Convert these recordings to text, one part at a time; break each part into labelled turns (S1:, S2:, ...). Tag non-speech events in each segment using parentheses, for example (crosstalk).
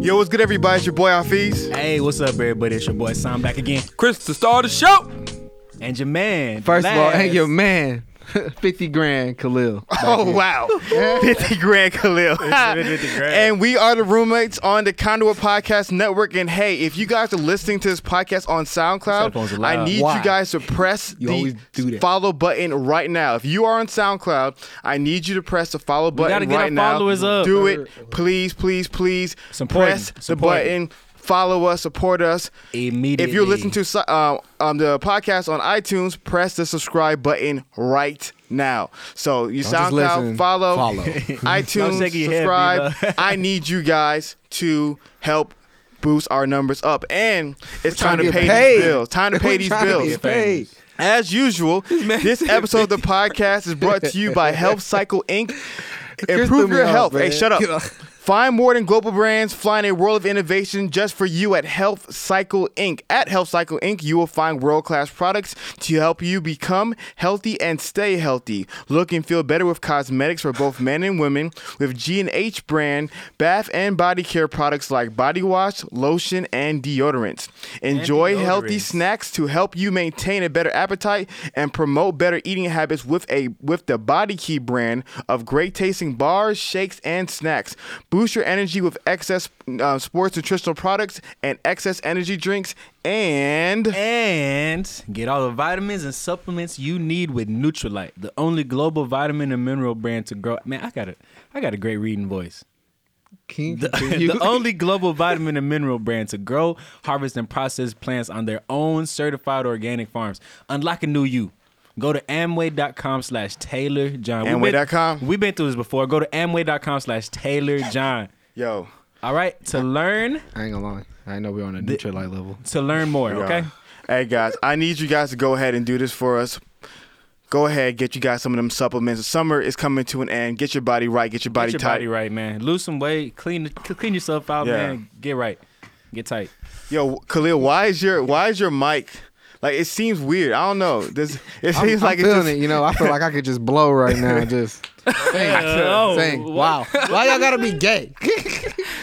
S1: Yo, what's good, everybody? It's your boy Hafiz.
S2: Hey, what's up, everybody? It's your boy Sam back again,
S3: Chris to start the show.
S2: and your man.
S4: First of all,
S2: Laz.
S4: hey, your man, (laughs) 50
S1: (laughs)
S4: grand, Khalil.
S1: Oh wow, fifty grand, Khalil. (laughs)
S2: 50 grand.
S1: and we are the roommates on the Conduit Podcast Network. And hey, if you guys are listening to this podcast on
S2: Headphones are
S1: SoundCloud,
S2: loud.
S1: I need
S4: Why?
S1: you guys to press
S4: You always do
S1: the
S4: that.
S1: follow button right now. If you are on SoundCloud, I need you to press the follow button
S2: gotta get our
S1: right now.
S2: followers up.
S1: Do it, please, please, please.
S2: It's important.
S1: press
S2: It's
S1: the
S2: important.
S1: button. Follow us, support us.
S2: Immediately.
S1: If you're listening to si- uh, um, the podcast on iTunes, press the subscribe button right now. So you
S4: just
S1: SoundCloud
S4: listen,
S1: follow, (laughs)
S4: follow.
S1: iTunes
S2: Don't shake your head,
S1: subscribe.
S2: Bebo.
S1: I need you guys to help boost our numbers up, and it's time to,
S4: get
S1: pay
S4: paid.
S1: these bills. Time to pay
S4: We're
S1: these
S4: trying to
S1: bills.
S4: get paid.
S1: As usual, this episode
S4: (laughs)
S1: of the podcast is brought to you by Health Cycle Inc. Improve
S4: me
S1: your health.
S4: off,
S1: Hey,
S4: man. (laughs)
S1: shut up.
S4: Get off.
S1: Find more than global brands, flying a world of innovation just for you at Health Cycle Inc. At Health Cycle Inc., you will find world class products to help you become healthy and stay healthy. Look and feel better with cosmetics for both men and women, with G and H brand bath and body care products like body wash, lotion, and deodorants. Enjoy healthy
S2: deodorants.
S1: snacks to help you maintain a better appetite and promote better eating habits with a with the Body Key brand of great tasting bars, shakes, and snacks. Boost your energy with excess uh, sports nutritional products and excess energy drinks. And
S2: and get all the vitamins and supplements you need with Nutrilite, the only global vitamin and mineral brand to grow. Man, I got a, I got a great reading
S4: (laughs)
S2: voice.
S4: Can
S2: The,
S4: you
S2: the only global vitamin and mineral brand to grow, harvest, and process plants on their own certified organic farms. Unlock a new you. Go to Amway.com slash Taylor John. We've been-
S1: Amway.com?
S2: We've been through this before. Go to Amway.com slash Taylor John.
S1: yo,
S2: All right, to learn,
S4: I ain't gonna lie. I know we're on a neutral light level.
S1: (laughs)
S2: to learn more, okay?
S1: Hey guys, I need you guys to go ahead and do this for us. Go ahead, get you guys some of them supplements. Summer is coming to an end. Get your body right. Get your body
S2: Get your
S1: tight.
S2: body right, man. Lose some weight, clean clean yourself out,
S1: Yeah.
S2: man. Get right. Get tight.
S1: Yo, Khalil, why is your why is your mic? Like it seems weird. I don't know. This it
S4: I'm,
S1: seems
S4: I'm
S1: like it's
S4: feeling
S1: just,
S4: it. You know, I feel like I could just blow
S1: (laughs)
S4: right now. Just saying,
S2: Oh,
S4: saying, wow. Why y'all gotta be
S2: (laughs)
S4: gay?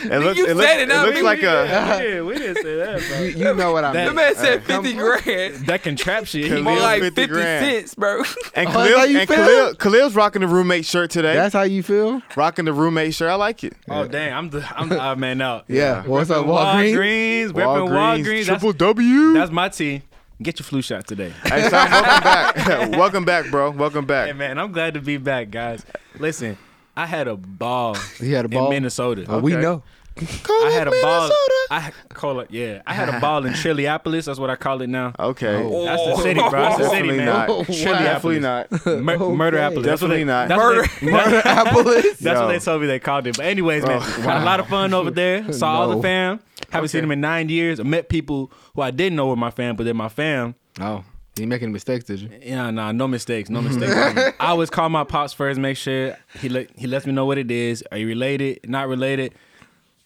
S1: It looks,
S3: You
S1: it looks,
S3: said it,
S1: it
S3: not
S1: looks
S3: me.
S1: like a.
S2: Yeah, we didn't say that,
S4: You, you know what I
S2: That-
S3: The
S4: mean.
S3: man said fifty grand.
S2: That can trap shit.
S1: Khalil.
S3: More like
S1: 50
S3: fifty
S1: grand.
S3: cents, bro. (laughs)
S1: And
S4: that's
S1: Khalil,
S4: Oh, how you
S1: and
S4: feel?
S1: Khalil, Khalil's rocking the roommate shirt today.
S4: That's how you feel?
S1: rocking the roommate shirt. I
S4: (laughs)
S1: like it.
S2: Oh damn, I'm the I'm the odd man out.
S4: Yeah. What's up, Walgreens?
S2: Walgreens, repping Walgreens. That's,
S1: triple W.
S2: that's my team. Get your flu shot
S4: (laughs)
S2: today.
S1: hey, Sam, welcome back. (laughs) welcome back, bro. Welcome back.
S2: Hey man, I'm glad to be back, guys. Listen, I had a
S4: (laughs)
S2: ball.
S4: He had a ball?
S2: in Minnesota.
S4: Oh, we
S1: Okay.
S4: know.
S2: I had a ball.
S4: (laughs)
S2: I call it. Yeah, I had a ball in Chiliopolis. That's what I call it now.
S1: okay.
S4: Oh,
S2: That's the city, bro. That's the city,
S1: Definitely
S2: man.
S1: not.
S4: wow.
S1: Definitely not.
S2: Mur-
S4: Okay.
S2: Murderapolis. That's what
S1: Definitely
S2: they-
S1: not.
S2: That's what they,
S4: Murder Apples.
S2: (laughs) that's what
S1: Yo. Oh.
S2: they told me they called it. But anyways, man, had a lot of fun over
S4: (laughs)
S2: there. Saw all the
S4: No.
S2: fam. Haven't seen
S1: Okay.
S2: them in nine years. I met people who I didn't know were my fam, but they're my fam.
S4: Oh, you ain't making mistakes, did you?
S2: Yeah, nah, no
S1: (laughs)
S2: mistakes, no mistakes. I always call my pops first, make sure he let he lets me know what it is. Are you related? Not related.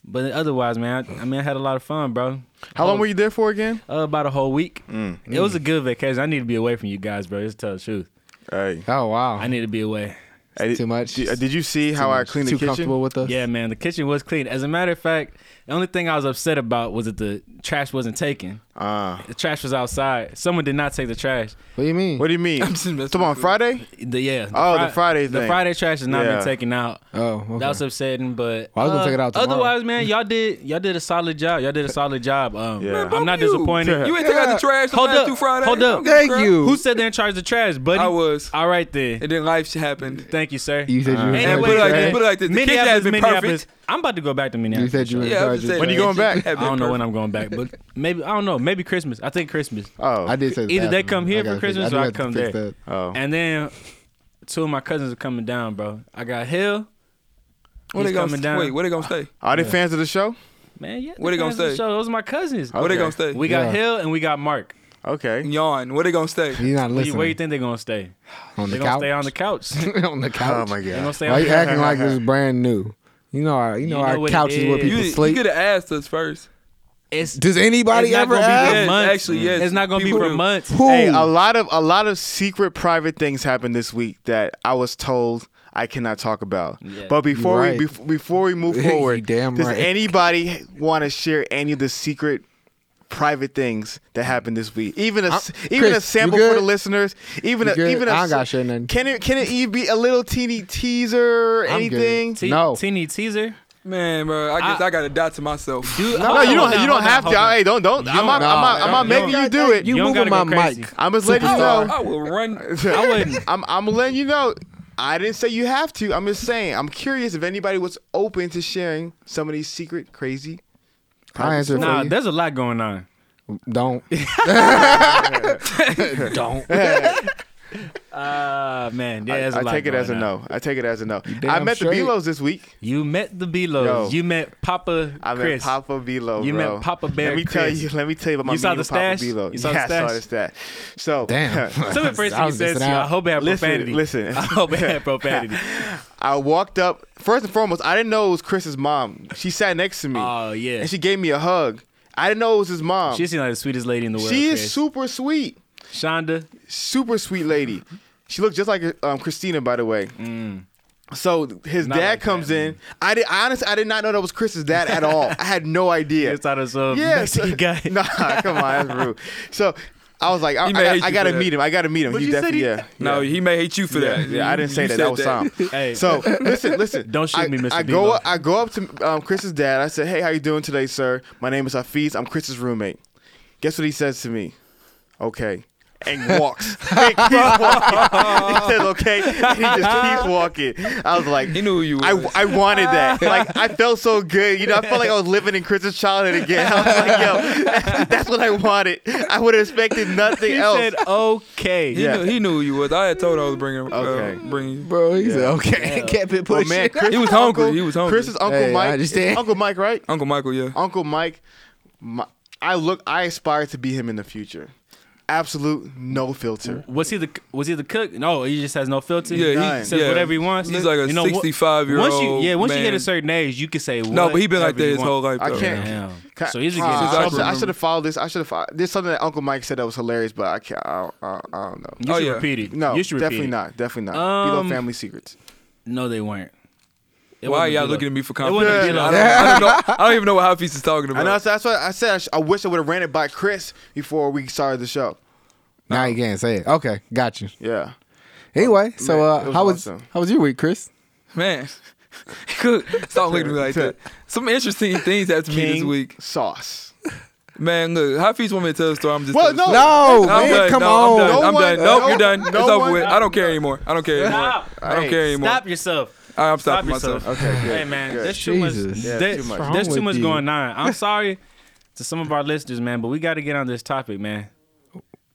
S2: But otherwise, man, I, I mean, I had a lot of fun, bro.
S1: How long were you there for again?
S2: Uh, about a whole week.
S1: Mm.
S2: It was a good vacation. I need to be away from you guys, bro. Just tell the truth.
S1: Hey,
S4: Oh, wow.
S2: I need to be away.
S1: Hey,
S4: too much.
S1: Did, did you see how I cleaned the
S4: Too
S1: kitchen?
S4: comfortable with us?
S2: Yeah, man, the kitchen was clean. As a matter of fact, the only thing I was upset about was that the trash wasn't taken.
S1: Ah,
S2: The trash was outside. Someone did not take the trash.
S4: What do you mean?
S1: what do you
S3: (laughs)
S1: mean?
S3: just messing
S1: Come on,
S3: with you.
S1: Friday.
S2: The yeah. The
S1: Oh, the Friday
S2: The
S1: thing.
S2: Friday trash has not
S1: Yeah.
S2: been taken out.
S4: Oh, okay.
S2: That was upsetting, but uh,
S4: Well, I was gonna take it out tomorrow.
S2: Otherwise, man, y'all did y'all did a solid job. Y'all did a solid job. Um,
S1: Yeah. Man,
S2: I'm not
S3: (laughs)
S2: disappointed.
S3: You ain't take out the trash
S2: Hold
S3: hold
S2: up.
S3: through Friday.
S2: Hold up.
S3: I don't give a
S4: Thank
S3: crap.
S4: you.
S2: Who said they in charge of the trash, buddy?
S3: I was.
S2: All right then.
S3: And then life happened.
S2: Thank you, sir.
S4: You said you were in
S3: And
S4: charge
S3: put it
S4: of
S3: like
S4: trash?
S3: this. Put it like this. The kitchen has been perfect.
S2: I'm about to go back to
S4: You
S2: Minneapolis.
S4: said you were in
S3: Yeah, I
S4: charge
S3: was
S4: of
S3: just saying,
S1: When you
S3: that
S1: going back?
S3: shit had
S2: I
S3: been
S2: don't know when
S3: perfect.
S2: I'm going back,
S3: (laughs)
S2: but maybe I don't know. Maybe Christmas. I think Christmas.
S1: Oh,
S4: I did say the
S2: Either they
S4: bathroom.
S2: come here
S4: I
S2: for
S4: gotta fix-
S2: Christmas
S4: do
S2: or I
S4: have to
S2: come
S4: fix
S2: there.
S4: that.
S1: Oh,
S2: And then two of my cousins are coming down, bro. I got Hill.
S3: Where
S2: He's
S3: they gonna
S2: coming down.
S3: Wait, where they gonna stay?
S1: are they fans of the show?
S2: Man, yeah.
S3: What they gonna
S2: cousins
S3: say?
S2: Show. Those are my cousins.
S3: Where they
S1: Okay.
S3: gonna stay?
S2: We got
S4: Yeah.
S2: Hill and we got Mark.
S1: Okay.
S3: Yawn. Where they gonna stay?
S4: You're not
S2: Where you,
S4: listening.
S2: where you think they're gonna stay?
S4: on the
S2: They're
S4: couch.
S2: gonna stay on the
S3: (laughs)
S2: couch. they're
S4: (laughs) on the
S1: Oh
S4: couch.
S1: my
S2: gonna
S1: god.
S2: stay
S4: Why
S2: on
S4: you
S2: the couch.
S4: acting like this is brand new? You know our, you know
S2: You know
S4: our
S2: what it
S4: couch is where
S2: is.
S4: people
S3: You,
S4: sleep.
S3: you could have asked us first.
S2: It's,
S4: Does anybody
S2: it's not
S4: ever
S2: gonna be
S4: ask?
S2: for
S3: Yes,
S2: months.
S3: actually, yes.
S2: It's not gonna
S3: People
S2: be for
S3: do.
S2: months.
S4: Who?
S1: Hey, a lot of a lot of secret private things happened this week that I was told I cannot talk about.
S2: Yeah.
S1: But before
S4: Right.
S1: we bef- before we move
S4: (laughs) You
S1: forward,
S4: damn
S1: does
S4: right.
S1: anybody want to share any of the secret? Private things that happened this week, even a s- even
S4: Chris,
S1: a
S4: you
S1: sample for the
S4: good?
S1: listeners, even
S4: You
S1: a
S4: good?
S1: even a
S4: I ain't gotta
S1: s-
S4: share nothing.
S1: Can it can it even be a little teeny teaser?
S4: I'm good.
S1: anything?
S2: Te-
S4: No.
S2: Teeny teaser.
S3: Man, bro, I guess I, gotta die
S2: (laughs)
S3: to myself.
S2: Dude,
S1: No, you don't. you don't have to. Hey, don't. Don't. I'm not. I'm not. I'm not
S2: no,
S1: making
S2: no.
S1: you do it.
S4: You
S2: don't
S4: moving my
S2: gotta go crazy.
S4: mic.
S1: I'm just letting you
S3: I,
S1: know.
S3: I will run.
S1: (laughs)
S2: I wouldn't.
S1: I'm. I'm letting you know. I didn't say you have to. I'm just saying. I'm curious if anybody was open to sharing some of these secret, crazy.
S4: I answer for
S2: Nah,
S4: you.
S2: there's a lot going on. (laughs)
S4: Don't.
S1: (laughs)
S2: Don't. (laughs) Ah man, yeah,
S1: I,
S2: there's a
S1: I
S2: lot
S1: take it
S2: going
S1: as a
S2: on.
S1: no. I take it as a no. I
S4: damn
S1: met
S4: straight.
S1: the Belos this week.
S2: You met the
S1: Yo.
S2: Belos. You met Papa
S1: I met
S2: Chris.
S1: Papa Belo.
S2: You met
S1: bro.
S2: Papa Bear
S1: Let me tell
S2: Chris.
S1: you. Let me tell you about my
S2: You saw
S1: meeting with
S2: the
S1: Papa
S2: stash?
S1: Belo.
S2: You saw the
S1: yeah, I saw
S2: stash?
S1: the stat. So
S4: Damn. (laughs)
S2: Some
S1: (laughs)
S2: of the first thing
S4: I
S2: he
S4: was
S2: says
S4: dissing
S2: to you, I
S4: out.
S2: hope it had profanity.
S1: Listen, listen.
S2: (laughs) I hope it had profanity.
S1: (laughs) I walked up. First and foremost, I didn't know it was Chris's mom. She sat next to me.
S2: Oh, yeah.
S1: And she gave me a hug. I didn't know it was his mom.
S2: She seems like the sweetest lady in the world.
S1: she is
S2: Chris.
S1: super sweet.
S2: Shonda.
S1: Super sweet lady. She looked just like um, Christina, by the way.
S3: Mm.
S1: So his
S2: Not
S1: dad
S2: like
S1: comes
S2: that,
S1: in. I did. I honestly, I did not know that was Chris's dad at all. I had no idea.
S2: Yeah. It's out of some
S1: Yeah, (laughs)
S2: Mexican
S1: so-
S2: guy.
S1: Nah, come on, that's rude. So I was like, I, I,
S3: He may hate
S1: got,
S3: you
S1: I gotta
S3: for that.
S1: meet him. I gotta meet him.
S2: But
S1: he
S2: you said
S1: definitely,
S2: he-
S1: yeah.
S3: No, he may hate you for
S1: Yeah,
S3: that.
S1: yeah, I didn't say
S3: You
S1: that.
S3: said
S1: That was Tom.
S2: Hey.
S1: So listen, listen.
S2: Don't shoot
S1: I-
S2: me, Mr.
S1: I go.
S2: Bebo.
S1: Up, I go up to um, Chris's dad. I said, "Hey, how you doing today, sir? My name is Hafiz. I'm Chris's roommate." Guess what he says to me? Okay. And walks. (laughs) he, keeps walking. he says, "Okay," and he just keeps walking. I was like,
S3: He knew who you
S1: I,
S3: was.
S1: I wanted that. Like I felt so good. You know, I felt like I was living in Chris's childhood again. (laughs) I was like, yo, (laughs) that's what I wanted. I would have expected nothing
S2: He
S1: else.
S2: said, okay.
S3: He,
S1: Yeah.
S3: knew, he knew who you was. I had told her I was bringing.
S1: Okay.
S3: Uh, bringing you.
S4: Bro, he said, okay. Kept
S2: Oh,
S4: it
S1: Well,
S4: pushing.
S1: man, Chris-
S3: He was hungry. He was hungry.
S1: Chris's uncle
S4: Hey, I
S1: Mike.
S4: understand.
S1: Uncle Mike, right?
S3: Uncle Michael, yeah.
S1: Uncle Mike. My, I look. I aspire to be him in the future. Absolute no filter.
S2: Was he the was he the cook? No, he just has no filter.
S3: Yeah, he-
S2: he says
S3: yeah.
S2: whatever he wants.
S3: He's like a
S2: You know, wha-
S3: 65-year-old
S2: Once you yeah, once you
S3: man.
S2: hit a certain age, you can say
S3: No, but he been like
S2: whatever
S3: that
S2: you
S3: his
S2: want.
S3: whole life.
S1: I
S3: though.
S1: can't.
S2: Damn.
S1: Ca-
S2: So he's a
S1: Ah,
S3: Since I
S1: I should- I
S3: remember.
S1: should have followed this. I should have. followed. There's something that Uncle Mike said that was hilarious, but I can't. I don't, I I don't know.
S2: You
S3: Oh,
S2: should
S3: yeah.
S2: repeat it.
S1: No,
S2: you should repeat
S1: definitely
S2: it.
S1: not. Definitely not.
S2: Um,
S1: Below family secrets.
S2: No, they weren't. It
S3: Why are
S2: wasn't
S3: y'all
S2: Bilo.
S3: looking at me for
S2: It wasn't Bilo.
S3: confidence? I, don't, I, don't know, I don't even know what Hafiz is talking
S1: I know.
S3: about.
S1: That's, that's what I said. I, sh- I wish I would have ran it by Chris before we started the show.
S4: Now you can't say it. Okay, got
S2: Oh,
S4: you.
S1: Yeah.
S4: Anyway,
S1: Man,
S4: so
S1: it
S4: uh,
S1: was
S4: how was
S1: awesome.
S4: how was your week, Chris?
S3: Man, (laughs) Cook, stop looking at me like that. Some interesting things happened to me this
S1: King
S3: week.
S1: Sauce.
S3: Man, look, Hafiz want me to tell the story. I'm just
S1: Well,
S3: telling the
S1: no.
S2: Oh,
S3: story.
S4: No,
S3: I'm
S4: man,
S3: done.
S4: come
S3: no, I'm
S4: on.
S3: done.
S1: No
S3: I'm
S1: one-
S3: done. Nope,
S1: no-
S3: you're done.
S1: no
S3: it's over
S1: one-
S3: with. I don't care anymore. I don't care anymore.
S2: Stop.
S3: I don't
S1: Hey,
S3: care anymore.
S2: Stop yourself.
S3: All right, I'm
S2: Stop
S3: stopping
S2: yourself.
S3: myself.
S1: Okay, good,
S2: hey man,
S1: good.
S2: there's too much.
S4: Jesus.
S1: Yeah,
S2: there-
S1: too much.
S2: There's
S4: What's
S2: too
S4: wrong
S2: much
S4: with
S2: going on. I'm sorry to some of our listeners, man, but we got to get on this topic, man.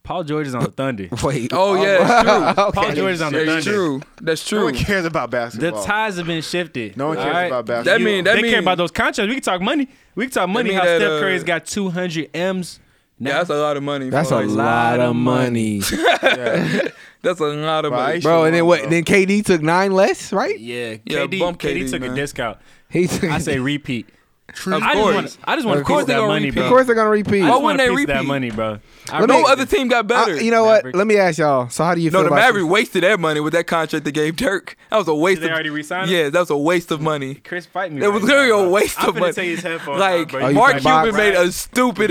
S2: Paul George is on
S1: (laughs)
S2: the Thunder.
S4: Wait.
S3: Oh yeah, it's true.
S2: Paul George is on the
S3: That's
S2: Thunder.
S3: true. That's
S1: No
S3: true.
S1: one cares about
S2: The
S1: basketball.
S2: ties have been shifted.
S1: No one cares
S2: all right?
S1: about basketball.
S3: That mean-
S2: they
S3: mean-
S2: care about those contracts. We can talk money. We can talk money.
S3: mean
S2: How
S3: that,
S2: Steph
S3: uh,
S2: Curry's got 200 M's.
S3: Yeah,
S2: Now,
S3: that's a lot of money.
S4: (laughs) That's a
S2: (laughs)
S3: bro.
S4: lot of money,
S1: Yeah.
S3: That's a lot of
S1: Bro, I
S3: money.
S1: used
S4: bro. And then what?
S1: Bro.
S4: Then KD took nine less, right?
S2: yeah,
S3: Yeah,
S2: KD,
S3: bump
S2: KD,
S3: KD,
S2: took a
S3: man.
S2: discount.
S4: He took.
S2: I
S4: (laughs)
S2: say repeat.
S3: Of
S2: I just
S3: course.
S2: want. I just want to piece
S4: Of course
S2: that
S3: they gonna
S2: money,
S3: repeat.
S2: bro.
S4: of course they're gonna repeat.
S2: I just
S3: Why
S2: want
S3: wouldn't
S2: a
S3: they
S2: piece of that
S3: repeat?
S2: money, bro. I
S4: Let
S2: really-
S4: me-
S3: No other team got better.
S4: I- you know what?
S2: Mavericks.
S4: Let me ask y'all. So how do you feel
S3: No, the
S4: about
S3: Maverick wasted that money with that contract they gave Dirk. That was a waste.
S2: Did they
S3: of,
S2: already re-sign him?
S3: Yeah, that was a waste of money.
S2: Chris fight me.
S3: It was literally a waste
S2: I'm
S3: of money.
S2: Take his headphones
S3: like
S2: off,
S4: Oh,
S2: bro.
S4: you
S3: Mark
S4: can
S3: Cuban
S4: box.
S3: made a stupid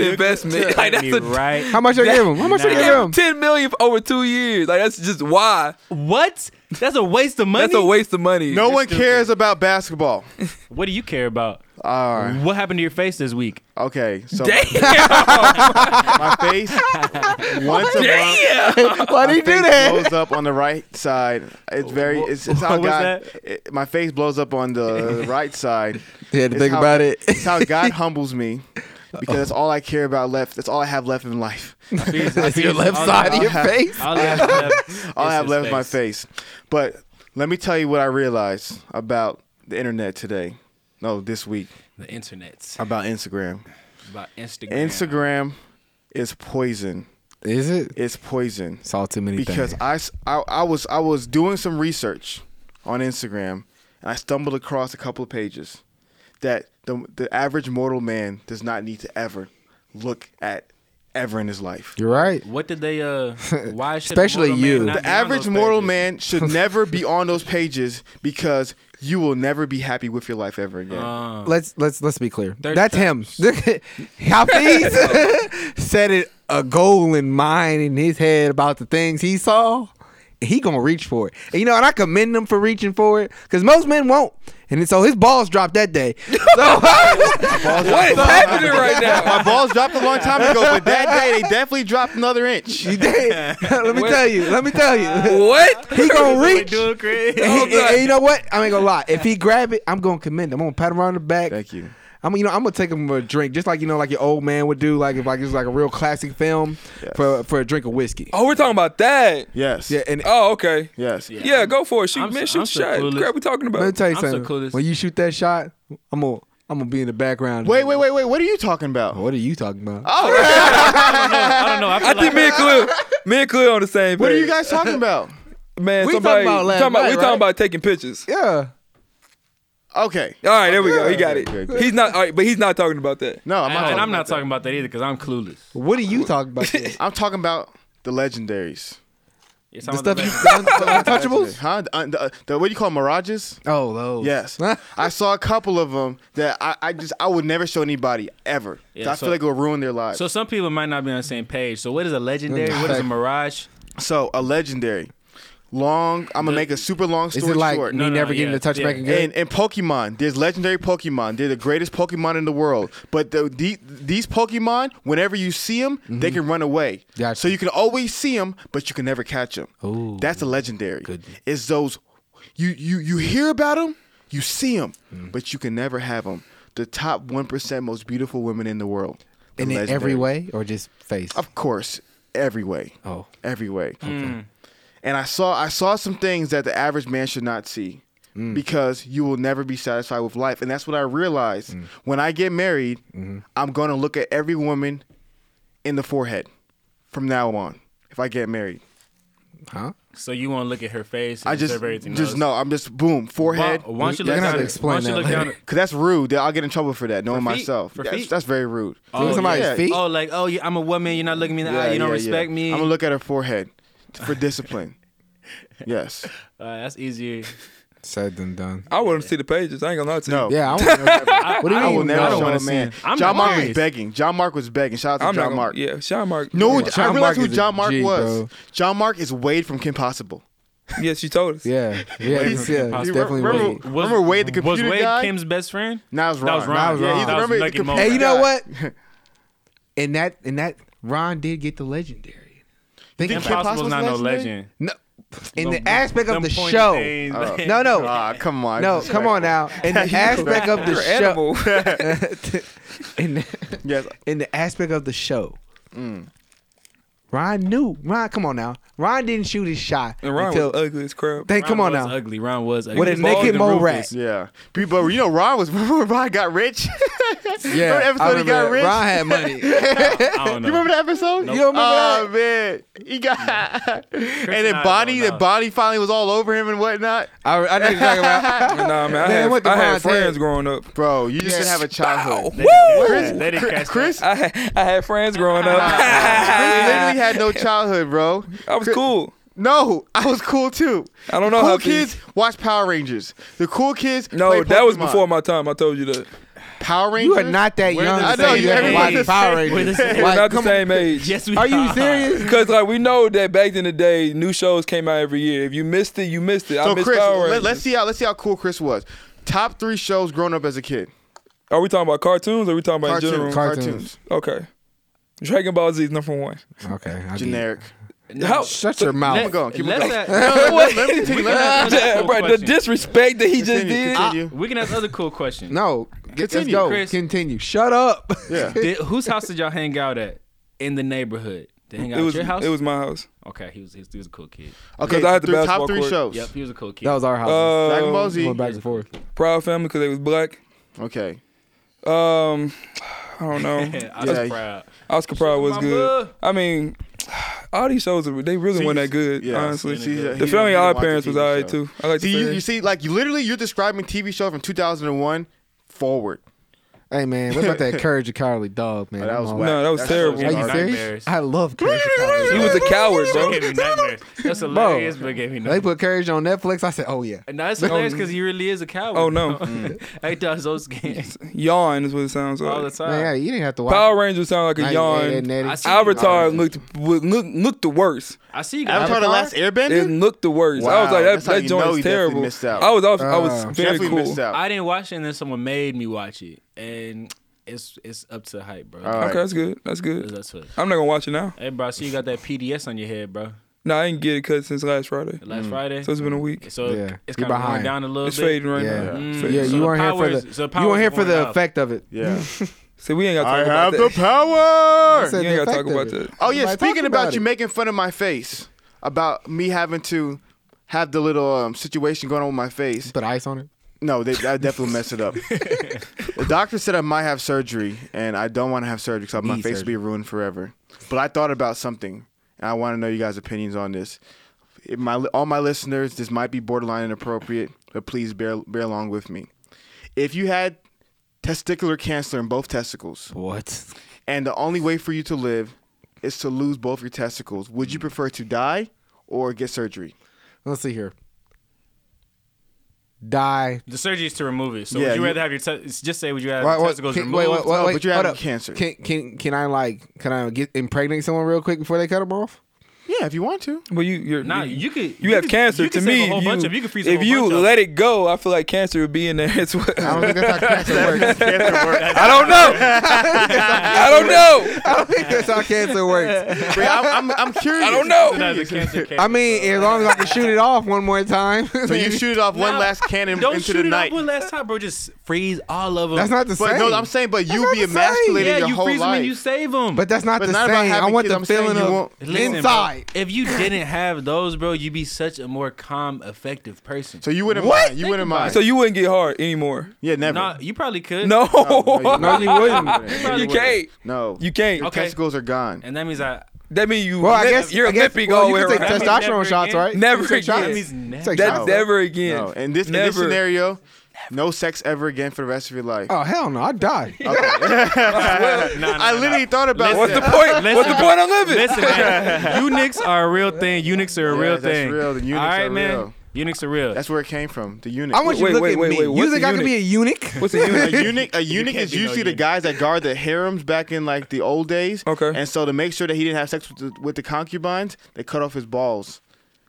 S2: (laughs)
S3: investment. (laughs) Like that's
S2: Me
S3: a,
S2: right.
S4: How much they give him? How much they
S2: Nah.
S4: give him?
S3: ten million for over two years. Like that's just why.
S2: What? That's a waste of money.
S3: (laughs) That's a waste of money.
S1: no one cares about basketball.
S2: What do you care about?
S1: All right.
S2: What happened to your face this
S3: (laughs)
S2: week?
S1: Okay. So
S3: Damn.
S1: my face once a month.
S4: (laughs) Why do
S1: My
S4: you do
S1: face
S4: that? (laughs)
S1: blows up on the right side. It's very. It's, it's how
S2: What was
S1: God.
S2: that?
S1: It, my face blows up on the right side.
S4: He had to
S1: It's
S4: think
S1: how-
S4: about it.
S1: It's how God humbles me, because that's all I care about left. That's all I have left in life.
S4: That's (laughs) your left side of your face.
S2: All I have (laughs) left, is
S1: All I have
S2: his
S1: left is my face. But let me tell you what I realized about the internet today. No, this week
S2: The internet.
S1: about Instagram.
S2: About Instagram.
S1: Instagram is poison.
S4: Is it?
S1: It's poison.
S4: Saw too many
S1: because
S4: things.
S1: I, s- I- I was I was doing some research on Instagram and I stumbled across a couple of pages that the the average mortal man does not need to ever look at ever in his life.
S4: You're right.
S2: What did they?
S3: (laughs)
S2: Uh, why? should a
S4: Especially
S2: mortal man
S4: you.
S2: not be
S4: The
S1: The
S2: on
S1: average
S2: those
S1: mortal
S2: pages?
S1: man should never be on those pages because you will never be happy with your life ever again.
S2: Uh,
S4: Let's let's let's be clear.
S2: Thirty
S4: That's him. (laughs) Hafiz (laughs) set it a goal in mind in his head about the things he saw. and He gonna reach for it, and you know, and I commend him for reaching for it, because most men won't. And so his balls dropped that day. So (laughs)
S3: What is happening right now?
S1: My balls dropped a long time ago, but that day they definitely dropped another inch.
S4: you did. let me tell you. Let me tell you.
S3: What?
S4: (laughs) He gonna reach.
S2: it, Chris.
S4: And, he-
S3: Oh,
S4: and- and
S3: God.
S4: you know what? I ain't gonna lie. If he grab it, I'm gonna commend him. I'm gonna pat him on the back.
S1: Thank you.
S4: I'm you know I'm gonna take him a drink, just like you know, like your old man would do, like if like it's like a real classic film for for a drink of whiskey.
S3: (laughs) Oh, we're talking about that.
S1: Yes.
S4: Yeah, and
S3: Oh, okay.
S1: Yes.
S2: Yeah.
S3: Yeah, go for it. Shoot,
S2: I'm
S3: man,
S2: so-
S3: shoot
S2: I'm
S3: the
S2: so
S3: shot.
S2: clueless.
S3: Crap, we talking
S4: let me
S3: about.
S4: tell you
S2: I'm so
S4: something.
S2: clueless.
S4: when you shoot that shot, I'm gonna I'm gonna be in the background.
S1: Wait, wait, wait, wait. What are you talking about?
S4: What are you talking about?
S1: Oh,
S2: I don't know. I, feel
S3: I think
S2: like,
S3: me and Khalil, me and Khalil on the same page.
S1: what are you guys talking about?
S3: Man,
S4: We talking
S3: somebody
S4: about last
S3: talking about-
S4: night,
S3: we
S4: right?
S3: talking about taking pictures.
S4: Yeah.
S1: Okay.
S3: All right, there we go. He got it.
S1: Okay, okay, okay.
S3: He's not, all right, but he's not talking about that.
S1: No, I'm
S2: and,
S1: not.
S2: and
S1: talking
S2: I'm
S1: about
S2: not
S1: that.
S2: talking about that either because I'm clueless.
S4: What are you talking (laughs) about? then?
S1: I'm talking about the legendaries.
S2: You're
S4: the
S2: talking about
S4: stuff you
S2: the-
S4: done, (laughs) the untouchables?
S1: Huh? The, uh, the, uh, the- what do you call 'em, mirages?
S4: Oh, those.
S1: Yes. I saw a couple of them that I, I just I would never show anybody ever.
S2: Yeah,
S1: I
S2: so-
S1: feel like it will ruin their lives.
S2: So some people might not be on the same page. So what is a legendary? What is a mirage?
S1: So a legendary, long. I'm gonna make a super long
S4: Is
S1: story
S4: it like
S1: short.
S4: me
S2: No, no,
S4: never
S2: no,
S4: getting
S2: yeah,
S4: the touch
S2: yeah.
S4: back again?
S1: And, and Pokemon, there's legendary Pokemon. They're the greatest Pokemon in the world. But the, the, these Pokemon, whenever you see them, they can run away.
S4: Mm-hmm. Gotcha.
S1: So you can always see them, but you can never catch them. That's a legendary. It's those you you you hear about them, you see them,
S4: Mm.
S1: but you can never have them. The top one percent most beautiful women in the world. The
S4: And in
S1: legendary.
S4: every way or just face?
S1: Of course, every way.
S4: Oh.
S1: every way.
S2: Mm.
S1: And I saw I saw some things that the average man should not see
S2: Mm.
S1: because you will never be satisfied with life. And that's what I realized
S2: Mm.
S1: when I get married.
S2: Mm-hmm.
S1: I'm going to look at every woman in the forehead from now on. If I get married,
S4: Huh?
S2: So you want to look at her face? And
S1: I just
S2: observe everything
S1: just
S2: else.
S1: no. I'm just boom
S2: Why,
S1: forehead.
S2: why don't you
S4: You're
S2: look
S4: gonna
S2: down?
S4: have to
S2: at- Why
S4: explain
S2: don't you
S4: that
S2: look down?
S4: (laughs)
S2: at-
S1: Cause that's rude. I'll get in trouble for that. Knowing
S2: feet?
S1: myself,
S2: For
S1: that's,
S2: feet?
S1: that's very rude.
S4: Look at somebody's
S1: yeah.
S4: feet.
S2: Oh, like oh, yeah, I'm a woman. You're not looking me in the eye. You don't respect me.
S1: I'm gonna look at her forehead for
S2: (laughs)
S1: discipline. yes.
S2: Uh, that's easier.
S4: (laughs) Said than done.
S3: I wouldn't see the pages. I ain't gonna lie to you.
S1: No.
S4: (laughs) Yeah, I want to
S2: I,
S4: What do you
S1: I
S4: mean?
S1: will never
S4: I don't
S1: show
S4: wanna
S1: a
S4: see
S1: man.
S2: it. I'm
S1: John Mark was
S2: nice.
S1: begging. John Mark was begging. Shout out to
S3: I'm
S1: John
S3: not.
S1: Mark.
S3: Mark. Yeah, Sean Mark.
S1: No,
S4: Yeah,
S1: I
S4: John Mark
S1: realized who
S4: is a
S1: John Mark
S4: G,
S1: was.
S4: bro.
S1: John Mark is Wade from Kim Possible.
S3: Yes, you told us.
S4: Yeah, yeah, it's, yeah. It's
S1: Possible.
S4: definitely
S1: Remember-
S4: Wade.
S1: Remember Wade the computer
S2: Was Wade
S1: guy?
S2: Kim's best friend?
S1: Now it's
S2: That
S1: Ron.
S2: was Ron.
S4: That was Ron.
S1: Yeah, he's
S4: That
S2: was
S1: remember
S2: a
S1: the
S2: lucky
S1: computer
S2: moment.
S4: Hey, you
S1: guy.
S4: know what? and that and that Ron did get the legendary. Think
S1: Kim
S2: Kim
S4: about
S1: Possible's
S2: Possible's not no
S1: legendary?
S2: legend.
S4: no, in
S2: Them-
S4: the aspect of
S2: them
S4: the
S2: pointy
S4: show. Oh.
S2: things. (laughs)
S4: (laughs) No, no,
S1: Ah, come on.
S4: no. Come on now. In the aspect of the
S3: You're an
S4: show.
S3: animal.
S4: (laughs) in, the,
S1: Yes.
S4: in the aspect of the show. Ron knew. Ron, come on now. Ron didn't shoot his shot
S3: and Ron
S4: until.
S3: was ugly as crap. (laughs)
S4: Hey,
S2: Ron
S4: come on
S2: was
S4: now.
S2: Ugly. Ron was ugly.
S4: With
S2: He
S4: a
S2: was bald
S4: naked
S2: and
S4: mole
S2: ruthless.
S4: rat.
S1: Yeah. People, you know, Ron was (laughs) remember Ron got rich. (laughs) Remember
S4: Yeah,
S1: the
S4: I
S1: episode he got
S4: remember
S1: rich?
S4: that. Ron had money. (laughs)
S2: I don't know.
S1: You remember that episode?
S4: You don't remember
S1: oh man, he got. (laughs) and
S2: I
S1: then
S2: don't
S1: Bonnie,
S2: know.
S1: then Bonnie finally was all over him and whatnot.
S4: I, I know you're talking
S3: (laughs)
S4: about.
S3: nah, man. I
S4: Man,
S3: had,
S4: what the
S3: I
S4: Ron
S3: had friends
S4: said.
S3: growing up. (laughs)
S1: Bro, you just didn't have a childhood.
S4: (laughs)
S2: They didn't-
S1: Chris,
S2: they didn't catch
S1: Chris,
S2: that.
S1: Chris
S3: I had, I had friends growing up.
S1: literally had no childhood, bro.
S3: (laughs) I was
S1: Chris-
S3: cool.
S1: No, I was cool too.
S3: I don't know
S1: Cool
S3: how
S1: kids watch Power Rangers. The cool kids. play
S3: No, that was
S1: Pokemon.
S3: before my time. I told you that.
S1: Power
S4: You
S1: Rangers.
S4: are not that
S2: Where
S4: young.
S2: the-
S4: to
S2: I
S4: say
S2: know,
S4: you
S2: you
S4: haven't
S2: ain't
S4: watched
S2: the
S4: Power
S2: same-
S4: Rangers.
S2: we're the
S3: We're
S4: Like,
S3: not the
S4: come on.
S3: same age.
S2: Yes, we
S4: Are you serious?
S3: Because like we know that back in the day, new shows came out every year. If you missed it, you missed it. I
S1: So
S3: missed
S1: Chris,
S3: Power
S1: let,
S3: Rangers.
S1: us see how let's see how cool Chris was. Top three shows growing up as a kid.
S3: Are we talking about cartoons? Or are we talking about in general?
S1: Cartoons. Cartoons.
S3: okay. Dragon Ball Z is number one.
S4: Okay. I get it.
S1: Generic.
S3: How- (laughs)
S4: Shut your mouth.
S1: it going, keep it
S2: let's
S1: going. (laughs)
S2: ask- no, no,
S1: Let me continue. Let me ask-
S3: Yeah,
S2: Cool
S3: bro, the
S2: question.
S3: disrespect that he just
S1: continue.
S3: did.
S1: continue.
S2: We can ask other cool questions.
S4: No, get, let's
S1: Continue,
S4: go.
S2: Chris.
S4: Continue. Shut up.
S1: Yeah.
S2: Did, whose house did y'all hang out at in the neighborhood? Did hang out
S3: It was
S2: at your house?
S3: it was my house.
S2: okay. He was, he was he was a cool kid.
S1: Okay,
S3: I had the
S1: th- top
S3: basketball
S1: three
S3: court.
S1: shows.
S2: Yep, he was a cool kid.
S4: (laughs) that was our house.
S3: Uh,
S1: Dragon Ball Z.
S4: Going back and forth.
S3: Proud family because they was black.
S1: Okay.
S3: Um, I
S1: (laughs)
S3: don't know.
S2: I was
S1: Yeah.
S2: proud.
S3: Oscar Proud was
S2: my
S3: good.
S2: boy.
S3: I mean, all these shows are- they really weren't that good. honestly,
S1: see, he-
S3: the
S1: he
S3: family
S1: didn't
S3: odd
S1: watch the
S3: parents was
S1: TV
S3: alright
S1: show.
S3: too. I like
S1: See,
S3: the
S1: you,
S3: family.
S1: you see, like you literally, you're describing TV show from 2001 forward.
S4: Hey man, what about that courage of cowardly dog, man?
S1: Oh, that
S4: I'm
S1: was
S4: all-
S1: whack.
S3: No, that was terrible.
S4: Are you serious?
S2: Nightmares.
S4: I love courage. of Cowardly
S1: (laughs)
S3: He was
S4: Dog.
S3: a coward,
S2: That
S3: bro.
S2: gave me nightmares. That's hilarious, but it gave me
S4: They
S2: nightmares.
S4: put courage on Netflix. I said, oh yeah.
S2: No, it's hilarious because he really is a coward.
S3: Oh, no.
S2: (laughs) he does those games
S3: Yawn is what it sounds
S2: all the
S3: like.
S2: time.
S4: Man, yeah, you didn't have to watch.
S3: Power Rangers sound like a
S4: Night- Ed- Ed-
S3: yawn.
S4: Nettie.
S2: I see-
S3: Avatar looked looked looked the worst.
S2: I see you guys.
S1: Avatar: The Last
S3: It
S1: Airbender.
S3: looked the worst. I was
S1: Wow,
S3: like, that,
S1: that's how
S3: that
S1: you
S3: joint
S1: know
S3: is
S1: you definitely
S3: terrible.
S1: missed out.
S3: I was, I was, I was
S1: Uh,
S4: Ah.
S3: very
S1: Definitely
S3: cool.
S1: missed out.
S2: I didn't watch it, and then someone made me watch it, and it's it's up to hype, bro.
S1: All right.
S3: Okay, that's good. That's
S2: It's
S3: good.
S2: up to it.
S3: I'm not gonna watch it now.
S2: Hey, bro, I see you got that PDS on your head, bro.
S3: No, I didn't get it cut since last Friday,
S2: Last Friday,
S3: so it's been a week.
S2: so
S4: Yeah.
S2: it's
S4: You're
S2: kind of going
S4: behind.
S2: down a little
S3: It's
S2: bit.
S3: fading right
S4: Yeah.
S3: now.
S2: Mm.
S3: It's fading.
S4: Yeah,
S2: So
S4: you
S2: the
S4: weren't here
S2: powers-
S4: for the
S2: so the
S4: you
S2: powers
S4: weren't here
S2: are
S4: for the
S2: going up.
S4: effect of it. (laughs)
S1: Yeah.
S3: See, we ain't got
S1: I
S3: to talk
S1: have the
S3: about that.
S1: power.
S4: I said
S3: You ain't gotta
S4: the
S3: talk
S4: effect of
S3: about
S4: it.
S3: that.
S1: Oh yeah,
S4: Nobody
S1: speaking
S4: talked
S1: about,
S4: about
S1: you
S4: it.
S1: making fun of my face about me having to have the little um, situation going on with my face.
S4: Put ice on it.
S1: No, they I definitely messed it (laughs) up. the doctor said I might have surgery, and I don't want to have surgery because my
S4: Knee
S1: face will be ruined forever. But I thought about something, and I want to know you guys' opinions on this. It, my all my listeners, this might be borderline inappropriate, but please bear bear along with me. If you had testicular cancer in both testicles,
S2: What?
S1: and the only way for you to live is to lose both your testicles. Would you prefer to die or get surgery?
S4: Let's see here. Die.
S2: The surgery is to remove it. So
S1: Yeah,
S2: would you,
S1: you-
S2: rather have your te- just say would you rather
S4: Wait,
S2: have your
S4: wait,
S2: testicles
S4: can-
S2: removed?
S4: wait, wait, wait,
S1: No,
S4: wait,
S1: but you're
S4: hold
S1: having
S4: up.
S1: cancer.
S4: Can can can I like can I get impregnate someone real quick before they cut them off?
S1: Yeah, if you want to.
S3: Well, you, you're,
S2: Nah,
S3: you,
S2: you could.
S3: you have
S2: could-
S3: cancer.
S2: you
S3: To
S2: could save
S3: me,
S2: a whole
S3: you,
S2: bunch of, you could freeze a
S3: if
S2: whole
S3: you
S2: bunch of-
S3: let it go, I feel like cancer would be in there as well. (laughs)
S4: I don't think that's how cancer works. (laughs)
S3: I don't know. I don't know.
S4: I don't think that's how cancer works.
S1: Wait, (laughs) I'm, I'm, I'm curious.
S3: I don't know.
S2: Sometimes
S1: (laughs)
S2: the cancer can-
S4: I mean, as long as I can shoot it off one more time.
S1: So you shoot it off one
S2: Nah,
S1: last cannon
S2: don't
S1: into
S2: shoot
S1: the
S2: it
S1: night.
S2: up one last time, bro. Just freeze all of them.
S4: (laughs) that's not the
S1: but
S4: same.
S1: no, I'm saying, but you
S4: not
S1: be
S4: the same.
S1: emasculated
S2: yeah.
S1: your
S2: You
S1: whole
S2: freeze them
S1: life.
S2: and you save them.
S4: but that's not
S1: But
S4: the
S1: not about
S4: same. I
S1: having
S4: want
S1: kids,
S4: the
S1: I'm saying
S4: feeling
S1: you
S4: of
S1: want-
S2: Listen,
S4: inside.
S2: bro, if you didn't have those, bro, you'd be such a more calm, effective person.
S1: so you wouldn't
S4: What?
S1: mind. You wouldn't
S2: about
S1: mind.
S3: So you wouldn't get hard
S2: (laughs)
S3: anymore.
S1: yeah, never.
S2: Nah, you probably could. (laughs)
S3: No,
S1: no,
S4: No, you
S3: (laughs)
S4: wouldn't.
S2: probably
S3: you
S2: wouldn't.
S3: can't.
S1: no.
S3: You can't.
S1: Your
S2: Okay.
S1: testicles are gone.
S2: And that means I.
S3: That means you.
S4: Well, I
S3: lip-
S4: guess
S3: you're
S4: I guess,
S3: lipping
S4: well,
S3: all the
S4: you
S3: way
S4: can
S3: around.
S4: take testosterone
S2: Never
S4: shots,
S2: again.
S4: right?
S3: Never
S4: You can take
S3: again.
S4: shots.
S2: That means
S4: Take
S3: That
S4: shots.
S3: never again.
S1: No. In this, in
S3: never.
S1: this scenario, no sex ever again for the rest of your life.
S4: Oh hell no! I die.
S1: (laughs)
S2: Nah, nah,
S1: I
S2: nah,
S1: literally
S2: nah.
S1: thought about that.
S2: Listen.
S3: What's the point? What's the
S2: Listen.
S3: point of
S2: (laughs)
S3: living?
S2: Listen, man. Unix are a real thing. Unix are a
S1: Yeah,
S2: real
S1: that's
S2: thing.
S1: real. The eunuchs
S2: All right,
S1: are
S2: man.
S1: real.
S2: Unix are real.
S1: That's where it came from. The eunuch.
S4: I want you
S3: Wait,
S4: to look
S3: wait,
S4: at
S3: wait,
S4: me.
S3: wait, what's
S4: you think
S3: a
S4: I could be a eunuch?
S3: What's a
S1: a
S3: eunuch?
S1: eunuch, a eunuch
S2: can't
S1: is
S2: be no
S1: usually the
S2: eunuch.
S1: guys that guard the harems back in like the old days.
S3: Okay.
S1: And so to make sure that he didn't have sex with the, with the concubines, they cut off his balls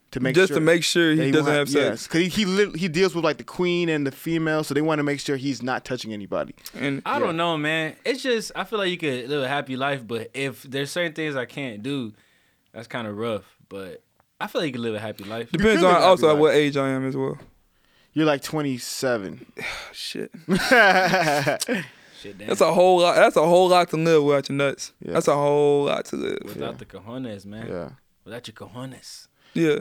S1: to make
S3: Just
S1: sure
S3: to make sure
S1: that
S3: he doesn't
S1: won't
S3: have
S1: Yes,
S3: sex.
S1: because he he, lit- he deals with like the queen and the female, so they want to make sure he's not touching anybody.
S3: And
S2: I don't know, man. It's just I feel like you could live a happy life, but if there's certain things I can't do, that's kind of rough. But I feel like you could live a happy life.
S3: depends
S1: could
S3: on
S1: live a
S3: also
S1: happy
S3: at what age I am as well.
S1: You're like
S3: (laughs)
S1: 27.
S3: Shit.
S2: Shit, damn.
S3: That's a whole lot. That's a whole lot to live without your nuts.
S1: Yeah.
S3: That's a whole lot to live.
S2: Without the cojones, man.
S1: Yeah.
S2: Without your cojones.
S3: Yeah.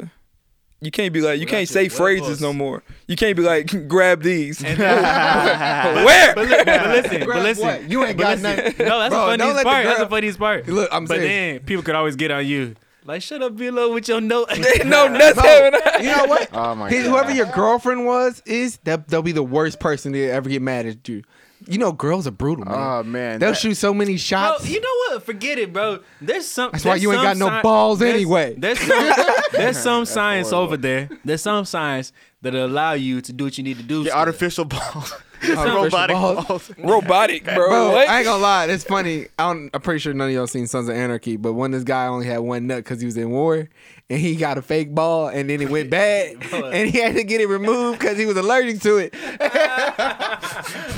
S3: You can't be like you
S2: Without
S3: can't say
S2: your
S3: phrases
S2: huevos.
S3: no more. You can't be like (laughs) grab these.
S2: And-
S3: (laughs) Where?
S2: But, li- but listen,
S4: Grab
S2: but listen.
S4: what? You ain't got nothing.
S2: No, that's
S4: Bro,
S2: the
S4: don't
S2: funniest
S4: let the
S2: part. that's
S4: girl-
S2: the funniest part.
S4: Look, I'm
S2: but
S4: serious.
S2: then people could always get on you. Like, shut up, Bilo, with your note.
S3: no nuts having
S4: You know what?
S1: Oh my
S4: His-
S1: God.
S4: whoever your girlfriend was is that they'll be the worst person to ever get mad at you. You know, girls are brutal, man.
S1: Oh, man,
S4: they'll
S1: that-
S4: shoot so many
S2: Bro,
S4: shots.
S2: you know what? Forget it, bro. There's some.
S4: That's why
S2: there's
S4: you ain't
S2: some
S4: got no
S2: sci-
S4: balls
S2: there's-
S4: anyway.
S2: There's some,
S4: (laughs)
S2: there's some science
S1: horrible.
S2: over there. There's some science that allow you to do what you need to do.
S1: The
S2: still.
S1: artificial balls.
S4: Artificial
S1: robotic
S4: balls.
S1: balls.
S3: robotic, bro.
S4: Bro,
S3: What?
S4: I ain't gonna lie, it's funny. I don't, I'm pretty sure none of y'all seen Sons of Anarchy, but when this guy only had one nut because he was in war, and he got a fake ball, and then it
S2: (laughs)
S4: went bad, and he had to get it removed because he was allergic to it.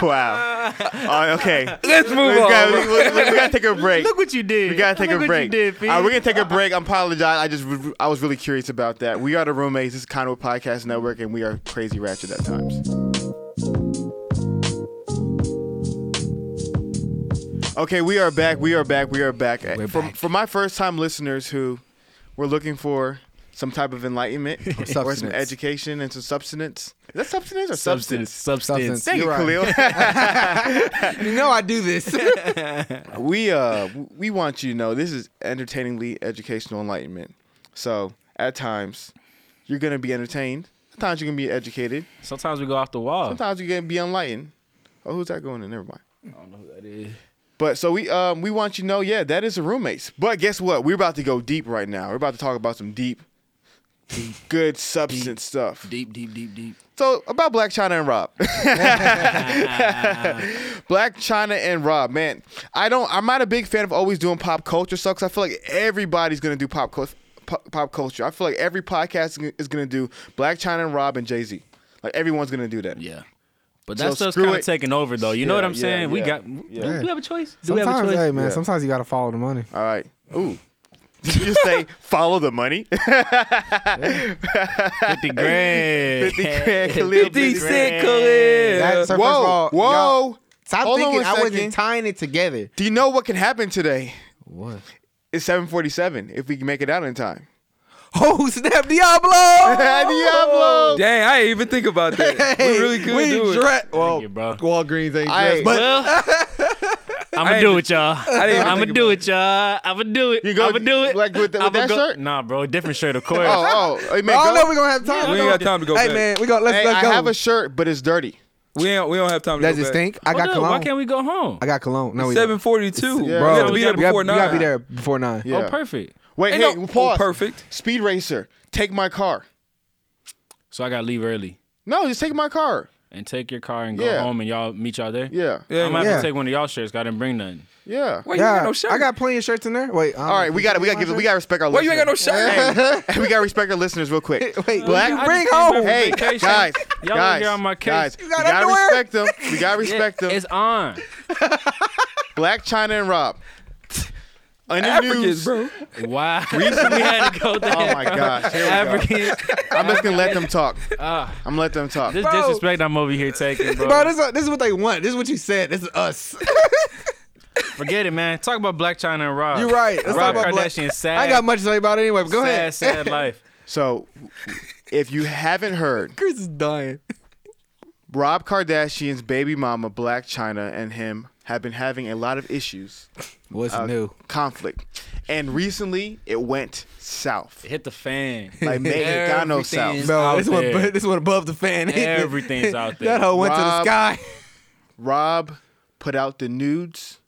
S1: Wow. Oh, okay.
S3: Let's move
S1: We
S3: on.
S1: gotta,
S3: bro.
S1: we- we- we gotta take a break.
S2: Look what you did.
S1: We gotta take
S2: Look
S1: a
S2: what
S1: break.
S2: You did,
S1: All right, we're gonna take a break. I apologize. I just I was really curious about that. We are the roommates. This is Conway Podcast Network, and we are crazy ratchet at times. Okay, we are back. We are back. We are back. for, for my first time listeners who were looking for some type of enlightenment or, some
S4: substance.
S1: education and some substance. Is that substance or
S2: substance.
S1: substance?
S2: Substance.
S4: Substance.
S1: Thank you,
S4: You're right.
S1: Khalil.
S4: You know, I
S2: (laughs)
S4: do this.
S1: we uh we want you to know this is entertainingly educational enlightenment. So at times you're gonna be entertained. Sometimes you're gonna be educated.
S2: Sometimes we go off the wall.
S1: Sometimes you're gonna be enlightened. Oh, who's that going in? Never mind.
S2: I don't know who that is.
S1: But so we um we want you to know, yeah, that is the roommates. But guess what? We're about to go deep right now. We're about to talk about some deep, good substance stuff.
S2: Deep, deep, deep, deep.
S1: So about Black China and Rob. Black China and Rob, man. I don't. I'm not a big fan of always doing pop culture stuff 'cause I feel like everybody's gonna do pop culture. Pop, pop culture. I feel like every podcast is gonna do Black China and Rob and Jay Z. Like everyone's gonna do that.
S2: Yeah. But that
S1: So
S2: stuff's
S1: screw
S2: kind
S1: it.
S2: of taking over, though. You know
S1: Yeah,
S2: what I'm
S1: yeah,
S2: saying? We
S1: yeah.
S2: got. Do
S1: Yeah.
S2: we have a choice? Do we have a
S4: Sometimes,
S2: choice?
S4: hey man,
S1: Yeah. Uh,
S4: sometimes you gotta follow the money.
S1: All right. Ooh. Did (laughs) you just say follow the money?
S2: 50
S1: (laughs)
S2: grand.
S1: 50 grand,
S2: (laughs)
S1: Khalil,
S3: 50
S1: grand.
S3: cent Khalil.
S4: That's- so first of all,
S1: Whoa,
S4: y'all-
S1: whoa.
S4: Stop
S1: Hold on
S4: thinking
S1: one
S4: I
S1: second.
S4: wasn't tying it together.
S1: Do you know what can happen today?
S4: What?
S1: It's 747 if we can make it out in
S4: (laughs)
S1: time.
S4: Oh
S1: (laughs)
S4: snap, Diablo!
S1: Diablo!
S3: Dang, I didn't even think about that. we really could
S4: we
S3: do it.
S4: dre- well,
S2: you, bro.
S4: Walgreens ain't
S1: Hey.
S4: dressed, but
S2: well, I'm gonna do it, y'all.
S3: didn't even
S2: I'm gonna
S3: think
S2: do it, y'all. I'm gonna do it.
S1: You go-
S2: I'm gonna do it.
S1: like with the- with
S2: I'ma
S1: that
S2: go-
S1: shirt?
S2: Nah, bro, different shirt, of course.
S1: Oh, oh. Hey, man,
S4: I don't
S1: go-
S4: know if we're gonna have time.
S3: We ain't got time to go
S4: hey
S3: back.
S4: man, we go. Let's
S1: Hey,
S4: let's
S1: I
S4: go.
S1: have a shirt, but it's dirty.
S3: We ain't, we don't have time to
S4: Does
S3: go
S4: it
S3: back.
S4: stink? I
S2: Hold
S4: got
S2: up,
S4: cologne.
S2: Why can't we go home?
S4: I got cologne. No, we don't.
S3: 742.
S1: Yeah.
S3: We have
S4: Bro,
S3: to be there
S4: you gotta-
S3: before 9.
S4: You gotta be there before nine.
S1: Yeah.
S2: Oh, perfect.
S1: Wait,
S3: Ain't
S1: hey,
S3: no-
S1: pause.
S3: oh, perfect.
S1: Speed racer, take my car.
S2: So I gotta leave early
S1: No, just take my car.
S2: and take your car and go
S1: Yeah.
S2: home, and y'all meet y'all there.
S1: Yeah, yeah.
S3: Yeah,
S2: I might have
S4: yeah.
S2: to take one of y'all shirts. 'cause I didn't bring none.
S3: Why you ain't
S4: Yeah,
S3: got no shirt?
S4: I got plenty of shirts in there. Wait.
S1: All right, we got to we got to give we got to respect our.
S3: Why you ain't got no
S1: listeners.
S3: shirt?
S1: Hey, we got to respect our listeners real
S4: (laughs)
S1: quick.
S4: Wait,
S1: Black-
S4: you bring
S2: I just came
S4: home.
S2: back
S1: Hey,
S2: Vacation.
S1: guys,
S2: Y'all
S1: guys,
S2: get on my case.
S1: guys,
S4: You got
S1: we gotta
S4: underwear?
S1: respect them. We gotta respect them.
S2: It's on.
S1: Black China and Rob. Under
S3: Africans,
S1: news.
S3: bro.
S2: Wow. (laughs) Recently had to go there.
S1: Oh my gosh. Here we go.
S2: African.
S1: I'm just gonna let them talk.
S2: Ah,
S1: I'm gonna let them talk.
S2: this
S4: Bro.
S2: disrespect I'm over here taking, bro.
S4: Bro, this is, this is what they want. This is what you said. This is us.
S2: Forget it, man. Talk about Black China and Rob.
S4: You're right. Let's
S2: Rob
S4: talk about Black-
S2: Kardashian. Sad.
S4: I ain't got much to say about it anyway. But go
S2: sad,
S4: ahead. (laughs)
S2: sad life.
S1: So, if you haven't heard,
S4: Chris is dying.
S1: Rob Kardashian's baby mama, Black China, and him have been having a lot of issues,
S4: What's
S1: uh,
S4: new?
S1: conflict, and recently it went south.
S2: Hit the fan.
S1: Like Meg it got no
S2: Everything's
S1: south.
S4: No,
S2: out
S4: this one,
S2: there.
S4: (laughs) this one above the fan.
S2: Everything's out there.
S4: That hoe went to the
S1: Rob-
S4: sky.
S1: Rob put out the nudes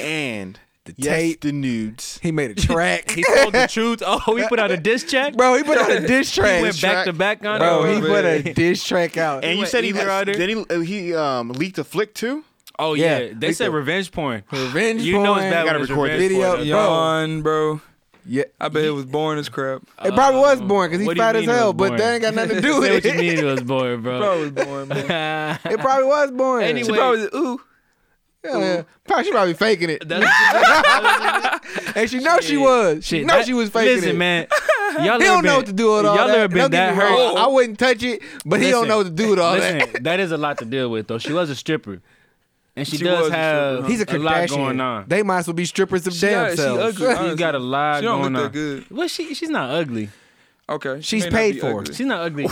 S1: and the
S4: tape.
S1: the nudes.
S4: He made a track.
S2: He told the truth. Oh, he put out a diss check.
S4: bro, he put
S2: (laughs)
S4: out a diss track.
S2: went back to back on
S4: bro,
S2: it.
S4: he put a diss track out.
S1: And you
S2: went
S1: said he
S2: either or there?
S1: then he, uh, he um, leaked a flick too.
S2: Oh yeah,
S4: Yeah,
S2: they
S4: he
S2: said
S4: said-
S2: revenge porn.
S4: Revenge
S2: you know it's
S4: porn.
S2: bad.
S1: You gotta
S2: when it's
S1: record
S2: revenge
S4: video,
S2: porn, though.
S4: yo.
S3: Yawn, bro.
S4: Yeah.
S3: I bet it was boring as crap.
S4: It probably was born because
S2: Um, what
S4: he
S2: do you
S4: fat
S2: mean
S4: as
S2: it
S4: hell,
S2: was
S4: but that ain't
S2: (laughs)
S4: got nothing to
S2: Say
S4: do with
S2: what you
S4: it.
S2: mean it was boring, (laughs) bro. (laughs)
S3: Bro, it was boring, bro.
S4: It probably was born.
S2: Anyway.
S3: She probably
S2: (laughs)
S3: was, ooh.
S4: yeah. Probably, she probably faking it. (laughs) And she know she was. She know
S2: that-
S4: she was faking
S2: Listen,
S4: it.
S2: man. Y'all
S4: (laughs) He
S2: ever
S4: don't
S2: been,
S4: know what to do with all
S2: Y'all
S4: that.
S2: ever been
S4: Don't
S2: that
S4: get me
S2: hurt?
S4: wrong, I wouldn't touch it, but he don't
S2: Listen,
S4: know what to do with all that.
S2: Listen, that is a lot to deal with, though. She was a stripper, and she,
S3: She
S2: does
S3: was a stripper,
S2: have
S3: huh?
S4: He's a
S2: lot
S4: Kardashian.
S2: going on.
S4: They might as well be strippers of damn
S3: she
S4: selves.
S3: ugly.
S2: She's got a lot
S3: She don't
S2: going
S3: look
S2: on.
S3: that good.
S2: Well, she she's not ugly.
S3: Okay. she
S4: She's
S3: may not
S4: paid
S3: be
S4: for.
S3: ugly.
S2: She's not ugly.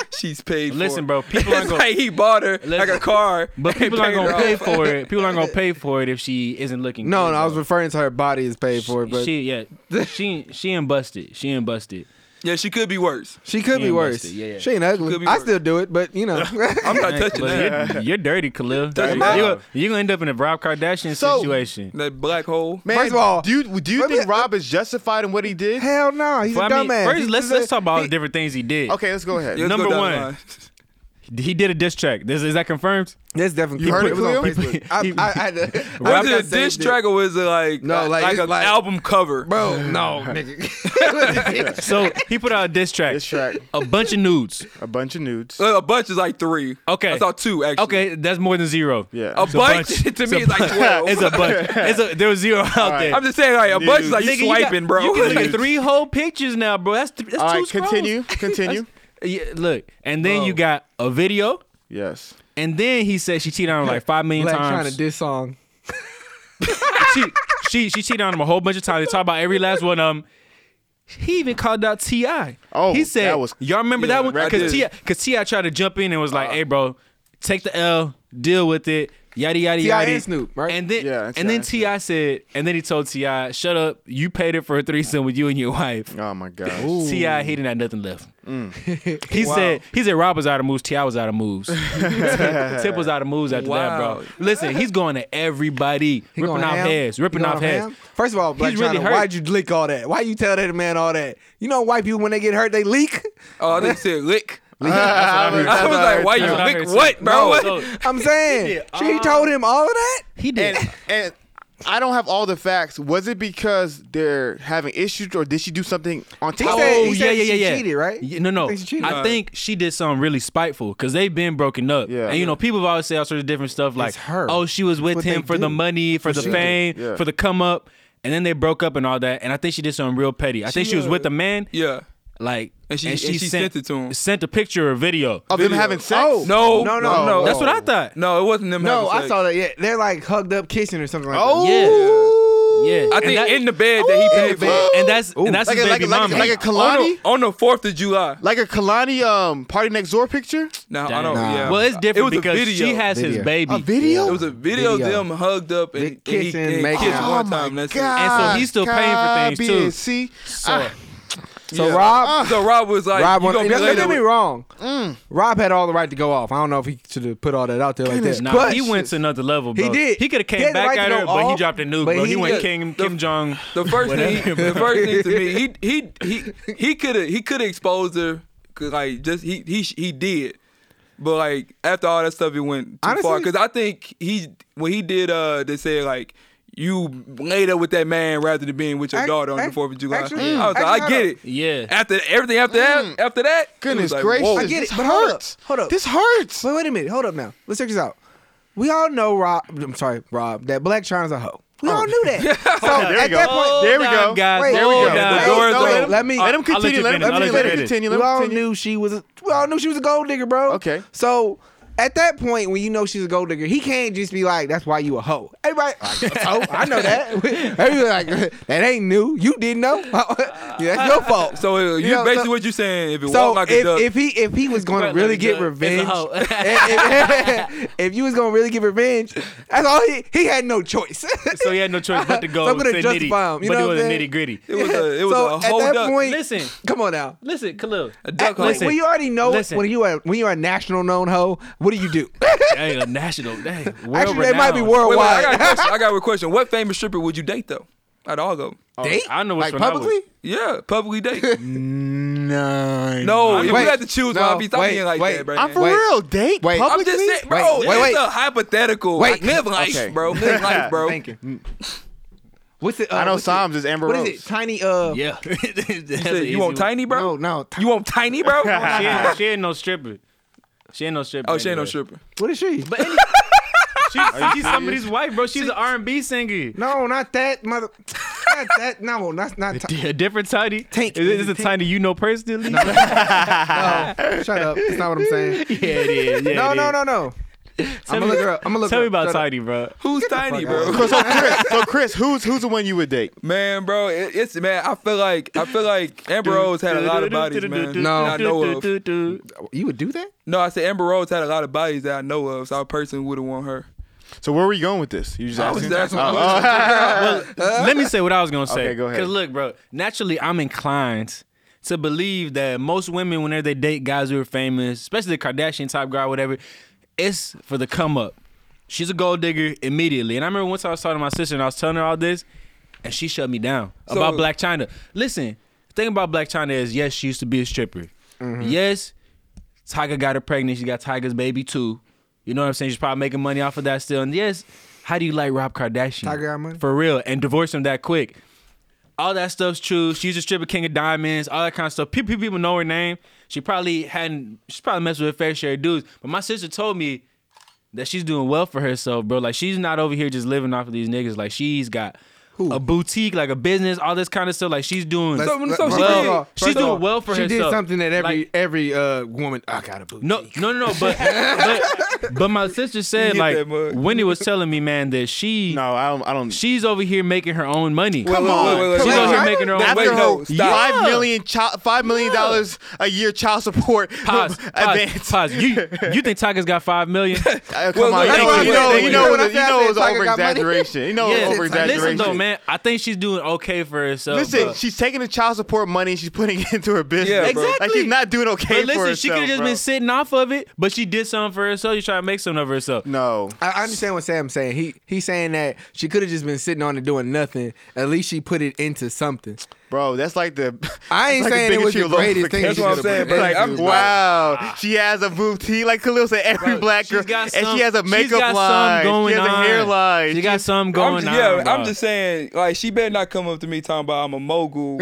S4: (laughs)
S3: She's paid for.
S2: Listen, bro,
S3: (laughs)
S2: people aren't
S3: it's
S2: gonna-
S3: like he bought her like
S2: Listen.
S3: a car.
S2: But
S3: and
S2: people aren't
S3: paid her
S2: gonna pay
S3: off.
S2: for it. People aren't gonna pay for it if she isn't looking.
S4: No,
S2: good,
S4: no, I was
S2: bro.
S4: referring to her body is paid for it, but
S2: she
S4: she,
S2: yeah. She she ain't busted. She ain't busted.
S3: Yeah, she could be worse.
S4: could
S2: she
S4: be worse.
S2: busted, yeah, yeah.
S4: She ain't ugly.
S3: Could be
S4: I
S3: worse.
S4: still do it, but
S2: (laughs)
S4: you know.
S3: I'm not touching
S2: But
S3: that.
S2: you're, you're dirty, Khalil. You're,
S3: him out.
S2: you're, you're gonna end up in a Rob Kardashian
S1: So-
S2: situation.
S3: That black hole.
S1: Man,
S4: First of all,
S1: do you, do you
S4: let me-
S1: think Rob is justified in what he did?
S4: Hell no, he's
S2: Well,
S4: a
S2: I mean,
S4: dumbass.
S2: first
S4: He's
S2: let's
S4: just
S2: let's
S4: a-
S2: talk about all
S4: he-
S2: the different things he did.
S1: Okay, let's go ahead.
S3: Yeah, let's
S2: Number
S3: go down the
S2: one.
S3: line.
S2: He did a diss track. This, is that confirmed?
S4: That's definitely
S1: You heard
S4: it,
S1: it,
S4: was on
S1: Khalil?
S4: Facebook. (laughs) I, I, I, had to- I,
S3: Was
S4: got
S3: it a dish
S4: saved it.
S3: track or was it like
S4: No,
S3: uh,
S4: like, it's
S3: an
S4: like-
S3: album cover?
S4: (laughs) Bro, no, nigga.
S2: So he put out a diss track,
S1: This track,
S2: a bunch of nudes.
S1: a bunch of nudes.
S3: Uh, A bunch is like three.
S2: Okay.
S3: I saw two actually.
S2: Okay, that's more than zero.
S1: Yeah.
S3: A
S1: It's a
S3: bunch,
S2: bunch.
S3: (laughs) to
S2: It's a
S3: me is like
S2: bunch. (laughs)
S3: twelve.
S2: It's a bunch. It's a, there was zero out there.
S3: I'm just saying, like a bunch is like
S2: Nigga, you got-
S3: swiping, bro.
S2: You got
S3: (laughs)
S2: like
S1: Dude.
S2: three whole pictures now, bro. That's, th- that's
S1: All
S2: two
S1: right,
S2: scrolls.
S1: continue,
S4: (laughs)
S1: continue.
S2: Yeah, look, and then you got a video,
S1: yes.
S2: and then he said she cheated on him like five million
S4: Black trying
S2: times.
S4: to diss song.
S2: she she she cheated on him a whole bunch of times. They talk about every last one. Um, he even called out Ti.
S1: Oh,
S2: he said,
S1: that was-
S2: y'all remember
S3: Yeah,
S2: that one?
S3: I
S2: Because
S3: did.
S1: Uh,
S2: Ti because Ti tried to jump in and was like, "Hey, bro, take the L, deal with it." yada yada
S4: T.I.
S2: yada.
S4: and Snoop, right?
S2: And then
S1: Yeah,
S2: and then
S1: T.I.
S2: Ti said, and then he told Ti, "Shut up! You paid it for a threesome with you and your wife."
S1: Oh my gosh.
S2: Ti, he didn't have nothing left.
S1: Mm.
S2: (laughs) he said, he said Rob was out of moves. Ti was out
S1: (laughs)
S2: of moves. (laughs) Tip was out of moves after
S3: Wow.
S2: that, bro. Listen, he's going to everybody,
S4: He
S2: ripping
S4: going
S2: off
S4: ham?
S2: heads,
S4: He
S2: ripping
S4: going
S2: off heads.
S4: ham? First of all, Black
S2: He's really
S4: China,
S2: hurt.
S4: why'd you lick all that? Why you tell that man all that? You know, white people when they get hurt, they leak.
S3: Oh, they said lick. (laughs)
S1: I was,
S3: I was like,
S2: That's
S3: why
S2: what I
S3: you
S2: heard
S3: lick
S2: too.
S3: what, bro?
S2: No,
S3: What?
S2: so- (laughs)
S4: I'm saying,
S2: Yeah,
S4: she
S2: uh,
S4: told him all of that.
S2: He did.
S1: and and I don't have all the facts. Was it because they're having issues, or did she do something on
S4: He
S1: top?
S4: said-
S1: of
S4: he said she cheated, right?
S2: Oh, Yeah, no, no.
S4: He thinks she cheated.
S2: I think she did something really spiteful because they've been broken up.
S1: Yeah.
S2: and you know, people have always say all sorts of different stuff like,
S4: It's her.
S2: "Oh, she was with
S4: what
S2: him
S4: they
S2: for the
S4: do.
S2: money, for the
S1: she
S2: fame,
S1: did, yeah.
S2: for the come up." And then they broke up and all that, and I think she did something real petty. I think she was
S4: uh,
S2: with a man,
S3: Yeah.
S2: like,
S3: And she- and she sent it to him.
S2: Sent a picture or video.
S1: of them
S3: Video.
S1: having sex?
S4: Oh.
S3: No,
S4: No, no, no.
S2: That's what I thought.
S3: No, it wasn't them. having
S4: No, I
S3: sex.
S4: saw that. Yeah, they're like hugged up, kissing or something like
S1: Oh.
S4: that.
S2: Yeah,
S3: I
S2: And
S3: think
S2: that-
S3: in the bed that he paid
S2: (gasps)
S3: for.
S1: bed.
S2: and that's and that's
S1: Like
S2: his
S1: a, like,
S2: baby
S1: a- like, a-
S2: mama.
S1: like a
S3: On the-
S1: Kalani,
S3: on the Fourth of July.
S1: like a Kalani um party next door picture.
S3: No, I
S2: Damn.
S3: don't.
S4: Nah.
S3: Yeah.
S2: well, it's different
S3: it was
S2: because
S3: a video.
S2: she has his
S4: Video.
S2: baby.
S1: A video.
S3: It was a video, of
S4: Video.
S3: them hugged up and,
S4: They
S3: and he-
S4: kissing,
S3: and he
S4: making
S3: kissed
S1: Oh
S4: out.
S3: one time. That's
S2: God. so he's still paying for things, too.
S1: See,
S2: So,
S4: So Rob,
S3: it. So Rob was like,
S4: Rob,
S3: "You
S4: won-
S3: gonna be
S4: don't
S3: later
S4: get me
S3: with-
S4: wrong. Rob had all the right to go off. I don't know if he should have put all that out there like that.
S2: Nah,
S4: but
S2: he went to another level, bro.
S4: He did.
S2: He could have
S4: He
S2: came
S4: had the
S2: back
S4: right to
S2: at her,
S4: go
S2: but he
S4: off,
S2: dropped a nuke,
S4: but
S2: bro. He,
S4: he
S2: went
S4: did-
S2: King Kim Jong.
S3: The first thing, the first thing to me, he he he he could have he could have exposed her, 'cause, like just he he he did, but like after all that stuff, it went too far.
S4: Honestly-
S3: Because I think he when he did, uh, they said like you laid up with that man rather than being with your
S4: Ac-
S3: daughter on
S4: ac-
S3: the Fourth of July.
S4: actually- mm,
S3: I was like,
S4: actually,
S3: I get
S4: hold
S3: it.
S4: up. Mm.
S2: Yeah.
S3: After everything after that, after that, it was
S1: goodness
S3: like,
S1: gracious,
S3: whoa.
S4: I get
S1: this
S4: it, but hold up,
S1: hurts.
S4: hold up.
S1: This hurts.
S4: Wait, wait a minute. Hold up now. Let's check this out. We all know Rob. I'm sorry, Rob. That Black China's a hoe. We all knew that. so
S1: on, there we
S4: at
S1: go.
S4: that point,
S1: Oh, There we go.
S2: Guys,
S4: Wait,
S2: there we
S4: hold
S2: go.
S4: on.
S2: The
S4: Wait,
S2: door's
S4: no,
S2: open.
S4: wait, let me-
S1: let
S4: I'll
S1: him
S4: let
S1: continue.
S2: you
S1: Let him
S2: finish. I'll
S1: continue. Let
S2: let you
S1: him
S2: finish.
S1: continue.
S4: we
S1: Let him
S4: all
S1: continue.
S4: knew she was. A, we all knew she was a gold digger, bro.
S1: Okay.
S4: So at that point, when you know she's a gold digger, he can't just be like, "That's why you a hoe." Everybody, oh, I know that. (laughs) Everybody like, that ain't new. You didn't know. (laughs) yeah, that's your fault.
S3: So uh, you
S4: know,
S3: basically
S4: so-
S3: what you saying? If it
S4: So
S3: walked like a
S4: if,
S3: duck,
S4: if he if he was going
S2: Right,
S4: to really
S2: like
S4: get
S2: the-
S4: revenge,
S2: it's a hoe.
S4: (laughs) if, if- if you was going to really get revenge, that's all he he had no choice.
S3: (laughs)
S2: So he had no choice but to go
S4: So I'm gonna
S2: to nitty,
S4: justify him, you
S2: but
S4: know
S2: it
S4: what
S2: was
S4: I'm saying?
S2: nitty gritty.
S3: it
S4: (laughs)
S3: was a uh, it was
S4: so
S3: a
S4: at
S3: whole
S4: that
S3: duck.
S4: point,
S2: Listen.
S4: come on now.
S2: Listen, Khalil.
S3: a duck.
S4: At- when-
S3: hunt.
S2: listen.
S4: when you already know
S2: Listen.
S4: when you are when you are a national known hoe, what do you do? (laughs)
S2: Dang, a national. Dang, world
S4: Actually, they might be
S2: renowned.
S3: Wait, wait, I
S4: worldwide.
S3: got a
S4: (laughs)
S3: question. I got a question. What famous stripper would you date though? Out of all of them?
S4: Date?
S2: Oh, I know which
S4: like
S2: one I would-
S4: publicly.
S3: Yeah, publicly date.
S1: Nine.
S3: No, if
S4: Wait,
S3: you had to choose,
S4: no,
S3: I'd be talking
S4: wait,
S3: like
S4: wait.
S3: that, bro.
S1: I'm for
S4: Wait.
S1: real. Date
S4: Wait.
S1: publicly.
S3: I'm just saying, bro. Wait,
S4: Wait, wait, wait.
S3: a hypothetical.
S4: Wait.
S3: Wait, live life,
S1: Okay.
S3: bro. Live
S1: (laughs)
S4: (laughs)
S3: life, bro.
S4: Thank you. What's it? Uh,
S1: I know
S4: what's
S1: Psalms
S4: it-
S1: is Amber
S4: What
S1: Rose.
S4: is it? Tiny. Uh.
S2: Yeah. That's
S3: You
S2: an
S3: said
S2: easy
S3: You want
S2: one.
S3: tiny, bro?
S4: No, no. Ti-
S3: You want tiny,
S4: (laughs)
S3: bro?
S2: She
S3: oh,
S2: ain't, she ain't no stripper. She ain't no stripper.
S3: she ain't no
S2: anyway.
S3: stripper.
S4: what is she?
S2: But any, she, she's somebody's wife, bro. She's an R and B (laughs) singer.
S4: no, not that mother. not that. No, not not. Ti-
S2: A different tiny.
S4: Tank.
S2: Is, is it tiny you know (laughs) personally?
S4: no, shut up. That's not what I'm saying.
S2: Yeah, it is. Yeah,
S4: No,
S2: it
S4: no,
S2: is.
S4: no, no.
S2: Tell
S4: I'ma
S2: me-
S4: look her up. I'ma look
S2: Tell
S4: her
S2: me
S4: up.
S2: about
S4: Shut up.
S2: Tiny, bro.
S3: Who's tiny,
S4: out of
S3: bro?
S1: So Chris, so Chris, who's who's the one you would date?
S3: (laughs) Man, bro, it, it's man. I feel like I feel like Amber Rose had a lot of bodies,
S2: (laughs)
S3: man.
S4: (laughs) No.
S3: that I know of.
S4: You would do that?
S3: No, I said Amber Rose had a lot of bodies that I know of, so I personally would have want her.
S1: So where were you going with this? You just
S3: I was
S1: asking?
S3: just asking
S1: Oh,
S3: a
S1: oh,
S2: Well, let me say what I was gonna say.
S1: Okay, go ahead.
S2: Cause look, bro, naturally I'm inclined to believe that most women, whenever they date guys who are famous, especially the Kardashian type guy, whatever, it's for the come up. She's a gold digger immediately. And I remember once I was talking to my sister and I was telling her all this, and she shut me down about
S3: So-
S2: Black China. Listen, the thing about Black China is yes, she used to be a stripper.
S1: Mm-hmm.
S2: Yes, Tiger got her pregnant. She got Tiger's baby too. You know what I'm saying? She's probably making money off of that still. And yes, how do you like Rob Kardashian?
S4: Tiger got money?
S2: For real. And divorce him that quick. All that stuff's true. She's a stripper, king of diamonds, all that kind of stuff. People, people- people know her name. She probably hadn't, she's probably messed with a fair share of dudes. But my sister told me that she's doing well for herself, bro. Like she's not over here just living off of these niggas. Like she's got a boutique, like a business, all this kind of stuff. Like she's doing
S4: Let's-
S3: So-
S4: let-
S3: so she
S4: first
S3: did-
S4: of all-
S2: she's
S4: first of
S2: doing
S4: all,
S2: well for
S4: she She did
S2: herself.
S4: something that every
S2: Like-
S4: every uh woman. I got a boot.
S2: No, no, no, no. But, but But my sister said
S3: get
S2: like
S3: that mug.
S2: Wendy was telling me, man, that she
S1: No, I don't. I don't.
S2: she's over here making her own money.
S1: Come
S3: on,
S1: on,
S3: wait, wait,
S1: come
S2: she's
S3: wait,
S1: on.
S2: out
S3: wait.
S2: here making her own
S1: After
S3: Wait,
S1: her
S2: money.
S3: no, stop.
S1: five million child, five million dollars a year child support (laughs)
S2: Pause.
S1: advance.
S2: Pause. pause. You you think Tiger's got five
S1: (laughs)
S2: million?
S1: Uh, come
S3: Well,
S1: on,
S3: look,
S1: you
S3: that's
S1: know,
S3: what
S1: you
S3: I'm
S1: know,
S3: saying.
S1: you know,
S4: When I
S1: you
S4: said
S1: know,
S4: that
S1: it was
S4: Tiger
S1: over
S4: got money.
S1: exaggeration. You know,
S2: Yeah,
S1: over
S2: listen though,
S1: exaggeration.
S2: man. I think she's doing okay for herself.
S1: Listen,
S2: bro.
S1: she's taking the child support money and she's putting it into her business.
S3: Yeah, bro.
S1: Like
S2: Exactly.
S1: she's not doing okay
S2: but
S1: for
S2: listen,
S1: herself.
S2: she could have just
S1: bro.
S2: been sitting off of it, but she did something for herself. You trying to make something of herself.
S1: No.
S4: I I understand what Sam's saying. He he's saying that she could have just been sitting on it doing nothing. At least she put it into something.
S1: Bro, that's like the. (laughs)
S4: I
S1: that's
S4: ain't
S1: like
S4: saying it was
S1: bigotry
S4: the greatest thing.
S1: low-key.
S3: That's what I'm saying, bro.
S1: Like,
S3: Like, I'm-
S1: wow,
S4: ah.
S1: she has a boutique. Like Khalil said, every
S2: Bro,
S1: black
S2: she's
S1: girl,
S2: got
S1: and
S2: some-
S1: she has a
S2: she's
S1: makeup
S2: got
S1: line.
S2: something
S1: she has
S2: on.
S1: a hairline.
S2: She got something
S3: I'm
S2: going
S3: just,
S2: on.
S3: yeah,
S2: bro.
S3: I'm just saying, like, she better not come up to me talking about I'm a mogul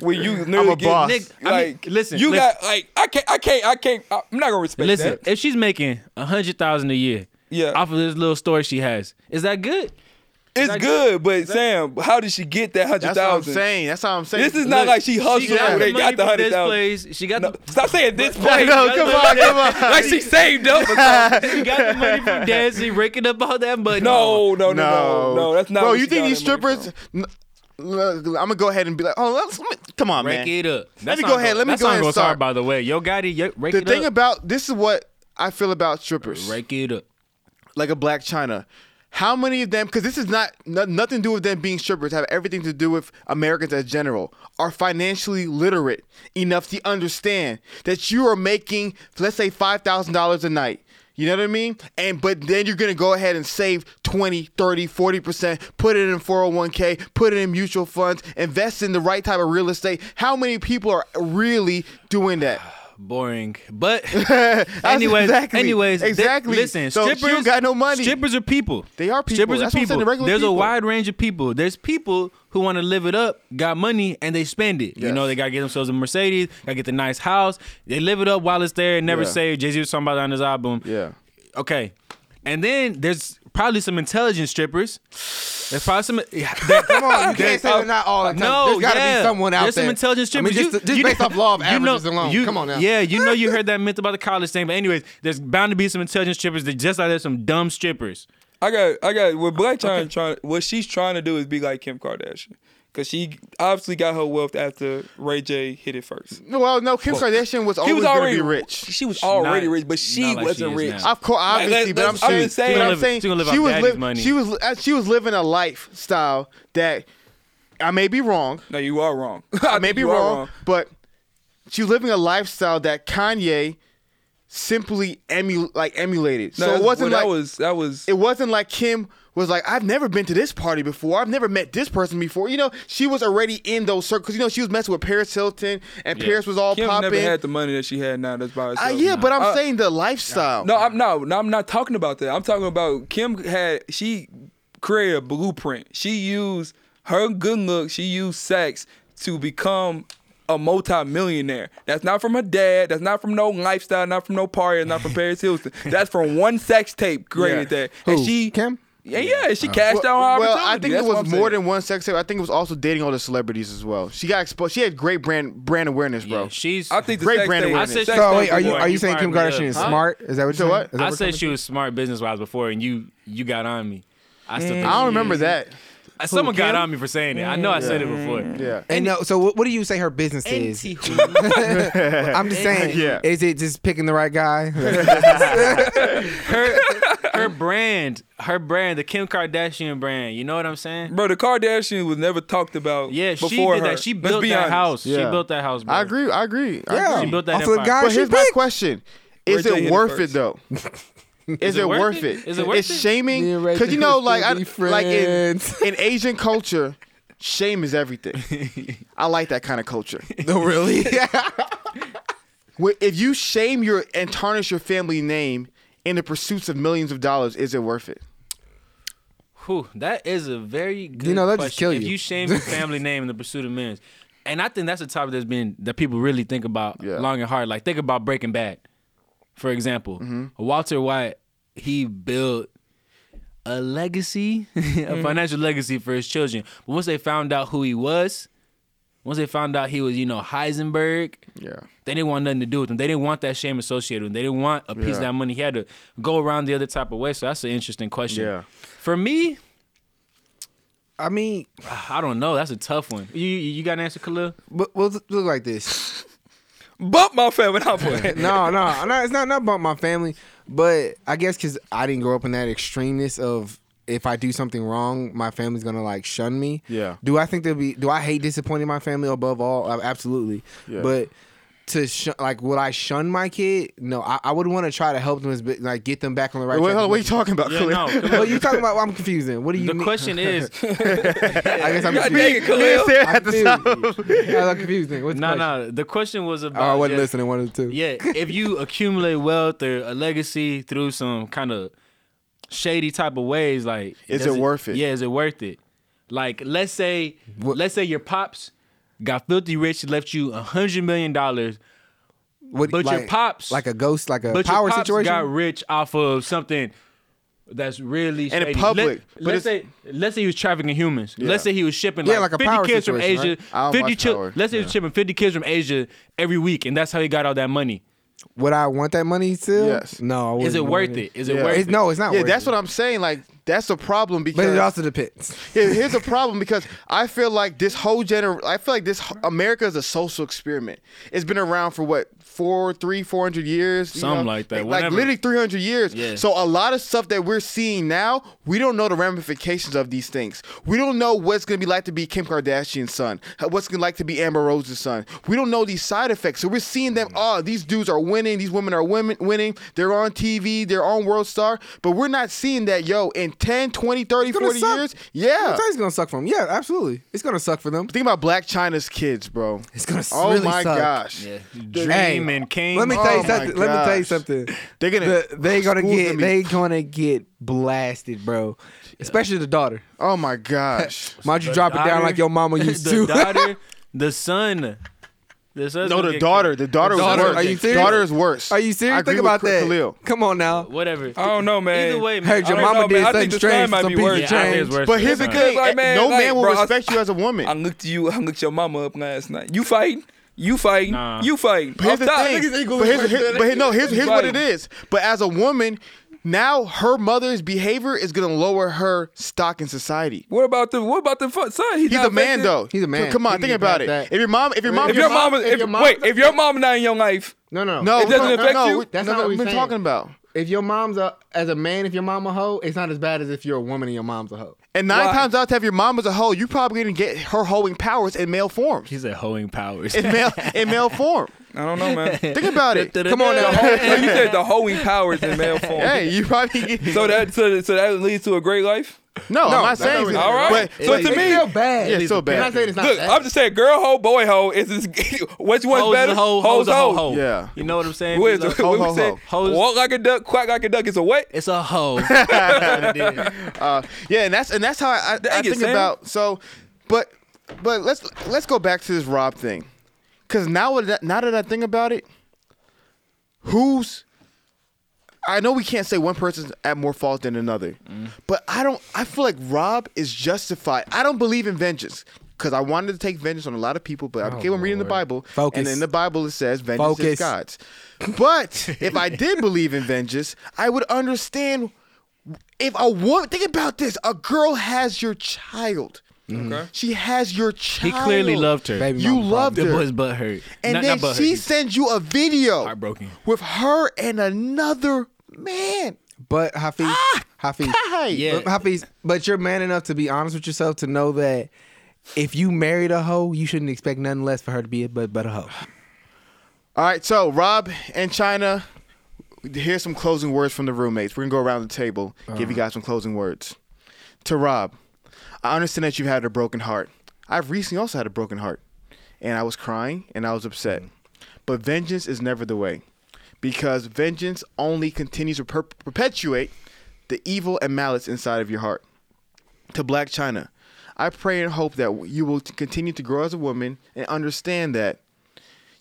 S3: when you literally
S1: I'm a
S3: get,
S1: boss.
S2: Nick, I mean,
S3: Like,
S2: listen,
S3: you
S2: listen.
S3: got like, I can't, I can't, I can't. I'm not gonna respect
S2: Listen,
S3: that.
S2: if she's making a hundred thousand a year,
S3: Yeah.
S2: off of this little story she has, is that good?
S3: It's
S2: that-
S3: good, but Sam, how did she get that hundred
S1: That's what I'm
S3: thousand?
S1: saying. That's what I'm saying.
S3: This is not
S2: Look,
S3: like she hustled.
S2: She got
S3: where
S2: the
S3: they
S2: money
S3: got the
S2: from
S3: hundred
S2: this
S3: thousand.
S2: place. She got
S3: No,
S1: (laughs)
S2: the (laughs)
S3: stop saying this
S1: I
S3: place.
S1: know, come on, come on.
S3: Like she
S1: (laughs)
S3: saved up. Or something.
S2: she got the money from dancing, raking up all that money. Oh,
S3: No, no, no, no, no. That's not.
S1: Bro,
S3: where
S1: you
S3: she
S1: think
S3: got
S1: these
S3: that money
S1: strippers? N- look, I'm gonna go ahead and be like, oh, let's, let me- come on,
S2: Break
S1: man.
S2: it up.
S1: Let
S2: That
S1: me
S2: song
S1: go ahead. Let me
S2: that
S1: go
S2: song
S1: ahead and
S2: goes hard,
S1: start.
S2: by the way. Yo, Gotti, yo, rake
S1: The
S2: it
S1: thing
S2: up.
S1: about this is what I feel about strippers,
S2: rake it up.
S1: like a Black China. How many of them? Because this is not no, nothing to do with them being strippers. Have everything to do with Americans as general are financially literate enough to understand that you are making, let's say, five thousand dollars a night. You know what I mean? And but then you're gonna go ahead and save 20, 30, 40 percent. Put it in 401k. Put it in mutual funds. Invest in the right type of real estate. How many people are really doing that? (laughs)
S2: Boring, but
S1: That's
S2: anyways,
S1: exactly-
S2: anyways, they-
S1: exactly.
S2: listen,
S1: So she
S2: strippers
S1: don't got no money.
S2: Strippers are people.
S1: They are people.
S2: Strippers
S1: That's
S2: are
S1: what I'm saying,
S2: people.
S1: the regular
S2: There's
S1: people.
S2: a wide range of people. There's people who want to live it up, got money, and they spend it. You
S1: Yes.
S2: know, they gotta get themselves a Mercedes, gotta get the nice house. They live it up while it's there and never
S1: Yeah.
S2: save. Jay Z was talking about that on his album.
S1: Yeah.
S2: Okay. And then there's probably some intelligent strippers. There's probably some. that-
S4: Come
S2: (laughs)
S4: on, you can't say
S3: uh,
S4: they're not all the time.
S2: no,
S4: There's gotta
S2: yeah.
S4: be someone out
S2: There's
S4: there.
S2: some intelligent
S4: I mean,
S2: strippers.
S4: just,
S2: You-
S4: just
S2: you-
S4: based off law of
S2: you know-
S4: averages alone.
S2: you-
S4: Come on now.
S2: Yeah, you know you
S4: (laughs)
S2: heard that myth about the college thing, but anyways, there's bound to be some intelligent strippers. That just like there's some dumb strippers.
S3: I got, I got. What Black China trying, what she's trying to do is be like Kim Kardashian, because she obviously got her wealth after Ray J hit it first.
S1: Well, no, Kim Kardashian was
S3: She
S1: always
S3: was
S1: gonna
S3: already
S1: be rich.
S3: She was already
S2: not-
S3: rich, but she
S2: not like she
S3: wasn't
S2: is
S3: rich.
S2: now.
S1: Of course,
S3: Like,
S1: obviously,
S3: let-
S1: but
S3: let's-
S1: I'm
S3: I'm
S1: saying,
S3: just saying-
S1: but I'm
S2: She gonna live-
S1: saying
S2: she gonna live off
S1: was
S2: daddy's
S1: liv-
S2: money.
S1: she was uh, she was living a lifestyle that I may be
S3: (laughs)
S1: wrong,
S3: No, you are wrong.
S1: (laughs) I, may
S3: think
S1: be
S3: you are
S1: wrong, but she was living a lifestyle that Kanye simply emu- like emulated. so
S3: No,
S1: it
S3: that's-
S1: wasn't
S3: well,
S1: like
S3: that was that was.
S1: it wasn't like Kim was like, I've never been to this party before. I've never met this person before. You know, she was already in those circles. You know, she was messing with Paris Hilton, and Paris was all
S3: Kim
S1: popping.
S3: never had the money that she had now. That's by herself.
S1: Uh, yeah, but I'm
S3: Uh,
S1: saying the lifestyle.
S3: No, I'm no, no, I'm not talking about that. I'm talking about Kim had she created a blueprint. She used her good look. She used sex to become a multi-millionaire. That's not from her dad. That's not from no lifestyle. Not from no party. Not from
S1: (laughs)
S3: Paris Hilton. That's from one sex tape created
S1: Yeah.
S3: that.
S4: Who?
S3: And she
S4: Kim?
S3: Yeah, yeah. She cashed out her
S1: well,
S3: opportunity.
S1: I think
S3: That's
S1: it
S3: what
S1: was
S3: I'm
S1: more
S3: saying.
S1: than one sex tape. I think it was also dating all the celebrities as well. She got exposed. She had great brand brand awareness, bro.
S2: Yeah, she's.
S3: I think the
S1: Great
S3: sex
S1: brand
S3: tape-
S1: awareness. I said-
S3: sex
S4: So
S3: tape
S4: wait, are
S3: was
S4: you
S3: more-
S4: are you
S2: You
S4: saying Kim
S2: fired me
S4: Kardashian
S2: up.
S4: is
S2: Huh?
S4: smart? Is that what
S1: So
S4: you're
S1: what?
S4: saying? Is that
S2: I
S4: what
S2: said
S4: Kardashian-
S2: she was smart business wise before, and you you got on me. I
S4: Mm.
S2: still. think
S1: I
S2: she
S1: don't remember
S2: is.
S1: that.
S2: Uh, Someone got
S1: Kim?
S2: on me for saying it. I know I said it before.
S4: Mm.
S1: Yeah.
S4: And no, so what, what do you say her business is?
S2: Anywho. (laughs)
S4: (laughs) I'm just saying,
S1: Yeah.
S4: is it just picking the right guy?
S2: her her brand, her brand, the Kim Kardashian brand. You know what I'm saying?
S3: Bro, the Kardashians was never talked about.
S2: Yeah, she
S3: before
S2: did
S3: her.
S2: that. She
S3: Let's
S2: built
S3: be
S2: that
S3: honest.
S2: house.
S1: Yeah.
S2: She built that house. Bro.
S1: I agree. I agree. I
S4: yeah,
S1: agree.
S2: She built that
S4: Off of the
S2: empire.
S4: guy
S1: But
S4: she
S1: here's my
S4: picked.
S1: question: Is
S3: Ray J hit
S1: it
S3: it
S1: worth it
S3: first.
S1: though? Is it worth it?
S2: Is it worth
S1: it's
S2: it?
S1: shaming
S4: Me and Ray
S1: because you
S4: J
S1: know,
S4: still
S1: like, I,
S4: be
S1: like in,
S4: friends.
S1: in Asian culture, shame is everything. I like that kind of culture.
S4: No, (laughs) really?
S1: Wh- If you shame your and tarnish your family name in the pursuits of millions of dollars, is it worth it?
S2: Whew, that is a very good.
S4: know, that'll
S2: question.
S4: just kill
S2: If
S4: you.
S2: you shame your
S4: (laughs)
S2: family name in the pursuit of men, and I think that's a topic that's been that people really think about
S1: Yeah.
S2: long and hard. Like think about Breaking Bad, for example.
S4: Mm-hmm.
S2: Walter White, he built (laughs) a
S4: Mm-hmm.
S2: legacy, a financial legacy for his children. But once they found out who he was, Once they found out he was, you know, Heisenberg,
S1: Yeah.
S2: they didn't want nothing to do with him. They didn't want that shame associated with him. They didn't want a piece of
S1: Yeah.
S2: that money. He had to go around the other type of way. So that's an interesting question.
S1: Yeah.
S2: For me,
S4: I mean,
S2: I don't know. That's a tough one. You you you got an answer, Khalil?
S4: but well, look like this.
S3: Bump my family.
S1: (laughs)
S3: I'm playing.
S4: no, no, no. It's not not about my family, but I guess because I didn't grow up in that extremeness of if I do something wrong, my family's gonna like shun me.
S1: Yeah.
S4: Do I think they'll be? Do I hate disappointing my family above all? Uh, Absolutely.
S1: Yeah.
S4: But to shun, like, would I shun my kid? No, I, I would want to try to help them as bi- like get them back on the right.
S1: Wait,
S4: track.
S1: hold on, what are you talking about?
S2: Yeah,
S1: Khalil?
S2: no, Khalil.
S4: What you talking about? I'm confused. Then what do you
S2: The
S1: (laughs)
S4: mean?
S2: question is,
S4: I guess I'm
S3: God
S2: (laughs)
S4: confused.
S3: dang it, Khalil.
S4: (laughs)
S1: Stare
S4: I'm
S1: at the
S4: confused.
S1: top.
S4: I'm confused. then. What's the
S2: no,
S4: question?
S2: no. The question was about.
S4: Oh, I wasn't
S2: just-
S4: listening. One of the two.
S2: Yeah, if you accumulate wealth or a legacy through some kind of shady type of ways, like
S1: Is
S2: does
S1: it worth it?
S2: Yeah, is it worth it? Like, let's say,
S4: What-
S2: let's say your pops got filthy rich, left you a hundred million dollars,
S4: What-
S2: But your pops-
S4: like a ghost, like a
S2: but
S4: power
S2: your pops
S4: situation.
S2: got rich off of something that's really
S1: And in
S2: shady.
S1: public, but
S2: Let, let's
S1: it's-
S2: say, let's say he was trafficking humans. Let's say he was shipping
S4: Yeah,
S2: like,
S4: like a power
S2: fifty kids from
S4: situation,
S2: Asia.
S4: right?
S1: I don't
S2: Fifty
S1: watch Power.
S2: chil- Let's say he was shipping fifty kids from Asia every week, and that's how he got all that money.
S4: Would I want that money still?
S1: Yes.
S4: No. I wouldn't
S2: Is it
S4: want
S2: worth it? Is it
S1: Yeah.
S2: worth
S4: It's,
S2: it?
S4: no, it's
S1: (laughs)
S4: not.
S1: Yeah,
S4: worth
S1: that's
S4: it.
S1: what I'm saying. Like, that's the problem because
S4: But it also depends.
S1: Here- here's the problem because I feel like this whole gener I feel like this wh- America is a social experiment. It's been around for what four, three, four hundred years, you
S2: Something like that,
S1: Like
S2: whatever.
S1: literally three hundred years.
S2: Yeah.
S1: So a lot of stuff that we're seeing now, we don't know the ramifications of these things. We don't know what's gonna be like to be Kim Kardashian's son, h- what's gonna like to be Amber Rose's son. We don't know these side effects. So we're seeing them. Oh, these dudes are winning. These women are women winning. They're on TV. They're on World Star. But we're not seeing that. Yo, in 10, 20, 30,
S4: gonna
S1: 40
S4: suck.
S1: years, yeah.
S4: It's always gonna suck for them. Yeah, absolutely. It's gonna suck for them.
S1: Think about Black China's kids, bro.
S4: It's gonna
S1: Oh
S4: really
S1: my
S4: suck.
S1: gosh.
S2: Yeah.
S1: They're-
S2: Dream
S4: Hey,
S2: and King.
S4: Let me
S1: Oh
S4: tell you
S1: my
S4: something. Let me tell you
S1: gosh.
S4: something.
S1: They're gonna
S4: The- they gonna
S1: school's
S4: get
S1: gonna be-
S4: they gonna get blasted, bro. Especially the daughter.
S1: Oh my gosh.
S4: Mind you, drop it down
S2: daughter-
S4: like your
S1: (laughs)
S2: (laughs)
S4: mama
S2: the
S4: used to.
S2: daughter, the son. The son's
S1: no,
S2: gonna
S1: the
S2: get
S1: daughter.
S2: killed.
S1: The daughter,
S4: daughter,
S1: was worse.
S4: are you serious?
S1: Daughter is worse.
S4: Are you
S1: I
S4: serious?
S1: agree
S4: Think
S1: with
S4: about
S1: Khalil.
S4: that. Come on now.
S2: Whatever.
S3: I don't know, man.
S2: Either way, man.
S4: Heard your
S3: I don't
S4: mama
S3: know,
S4: did
S3: man. I
S4: something
S3: think the
S4: strange.
S3: sign might
S4: Some
S3: be
S4: people
S3: worse.
S2: yeah, I
S3: Yeah,
S2: think it's
S4: changed.
S2: worse
S1: But
S2: than
S1: here's the
S2: that.
S1: thing:
S3: Like, man,
S1: no
S3: like,
S1: man will
S3: bro, I-
S1: respect you as a woman.
S3: I looked you. I looked your mama up last night. You fighting? You fighting?
S2: Nah.
S3: You fighting?
S1: But here's the
S3: Off top.
S1: thing. But here's, here- but here- no, here's, here's what it is. But as a woman, now her mother's behavior is gonna lower her stock in society.
S3: What about the what about the fu- son?
S1: He's
S3: not
S1: a man,
S3: affected?
S1: though.
S4: He's a man.
S1: Come on,
S4: He
S1: think
S4: can
S1: about
S4: grab
S1: it.
S4: that.
S1: If your mom, if your mom,
S3: If your mama,
S4: if
S3: if,
S4: your mom-
S3: wait, if your mama not in your life,
S4: No, no,
S1: no,
S3: It doesn't
S1: no,
S3: affect
S1: no,
S3: you?
S1: we-
S4: That's
S1: no,
S4: not
S1: no,
S4: what we're saying.
S1: talking about.
S4: If your mom's a as a man, if your mom a hoe, it's not as bad as if you're a woman and your mom's a hoe.
S1: And nine
S3: Why?
S1: times out of ten, if your mom was a hoe, you probably gonna get her hoeing powers in male form.
S2: He's a hoeing powers.
S1: In
S2: (laughs)
S1: male, in male form.
S3: I don't
S1: (laughs)
S3: know, man.
S1: Think about it.
S2: Come on
S3: The whole- so you said the hoeing powers in male form.
S1: hey, you probably get,
S3: So that so, so that leads to a great life.
S1: no, I'm not
S4: that's
S1: saying
S4: not
S1: that.
S4: what-
S3: All right.
S1: But,
S3: So
S1: but
S3: to
S1: they-
S3: me-
S4: feel bad.
S1: Yeah, it's so bad.
S4: I'm not saying it's not
S3: Look,
S4: bad.
S3: I'm just saying, girl hoe, boy hoe is this. (laughs) Which one's
S2: Hoes
S3: better?
S2: a hoe,
S3: Hoes
S2: hoes a hoe,
S3: hoe.
S2: hoe.
S1: Yeah.
S2: You know what I'm saying?
S3: What is
S2: It's
S3: it?
S2: a
S3: What we
S1: ho,
S3: say?
S1: ho.
S2: Hoes-
S3: Walk like a duck, quack like a duck. It's a what?
S2: It's a (laughs) hoe. That's what it is.
S1: uh, yeah, and that's and that's how I, I, I
S3: it,
S1: think
S3: Sam.
S1: about. So, but but let's let's go back to this Rob thing, because now that now that I think about it, who's I know we can't say one person's at more fault than another, but I don't. I feel like Rob is justified. I don't believe in vengeance because I wanted to take vengeance on a lot of people, but I became I'm reading the Bible, and
S4: Focus.
S1: in the Bible it says vengeance is
S4: Focus.
S1: God's. But if I did believe in vengeance, I would understand if a woman think about this a girl has your child
S3: Okay.
S1: she has your child
S2: He clearly loved her.
S4: Baby
S1: you
S4: mama
S1: loved
S2: The
S1: her
S2: boy's butt hurt.
S1: and
S2: not,
S1: then
S2: not butt
S1: she
S2: hurt.
S1: sends you a video
S2: Heartbroken.
S1: with her and another man
S4: But Hafiz,
S3: Ah!
S4: Hafiz,
S1: Hi.
S2: Yeah.
S4: but Hafiz, but you're man enough to be honest with yourself to know that if you married a hoe, you shouldn't expect nothing less for her to be a but but a hoe.
S1: all right so rob and china here's some closing words from the roommates we're gonna go around the table give you guys some closing words to rob i understand that you had a broken heart i've recently also had a broken heart and i was crying and i was upset but vengeance is never the way because vengeance only continues to per- perpetuate the evil and malice inside of your heart to Black China. I pray and hope that you will t- continue to grow as a woman and understand that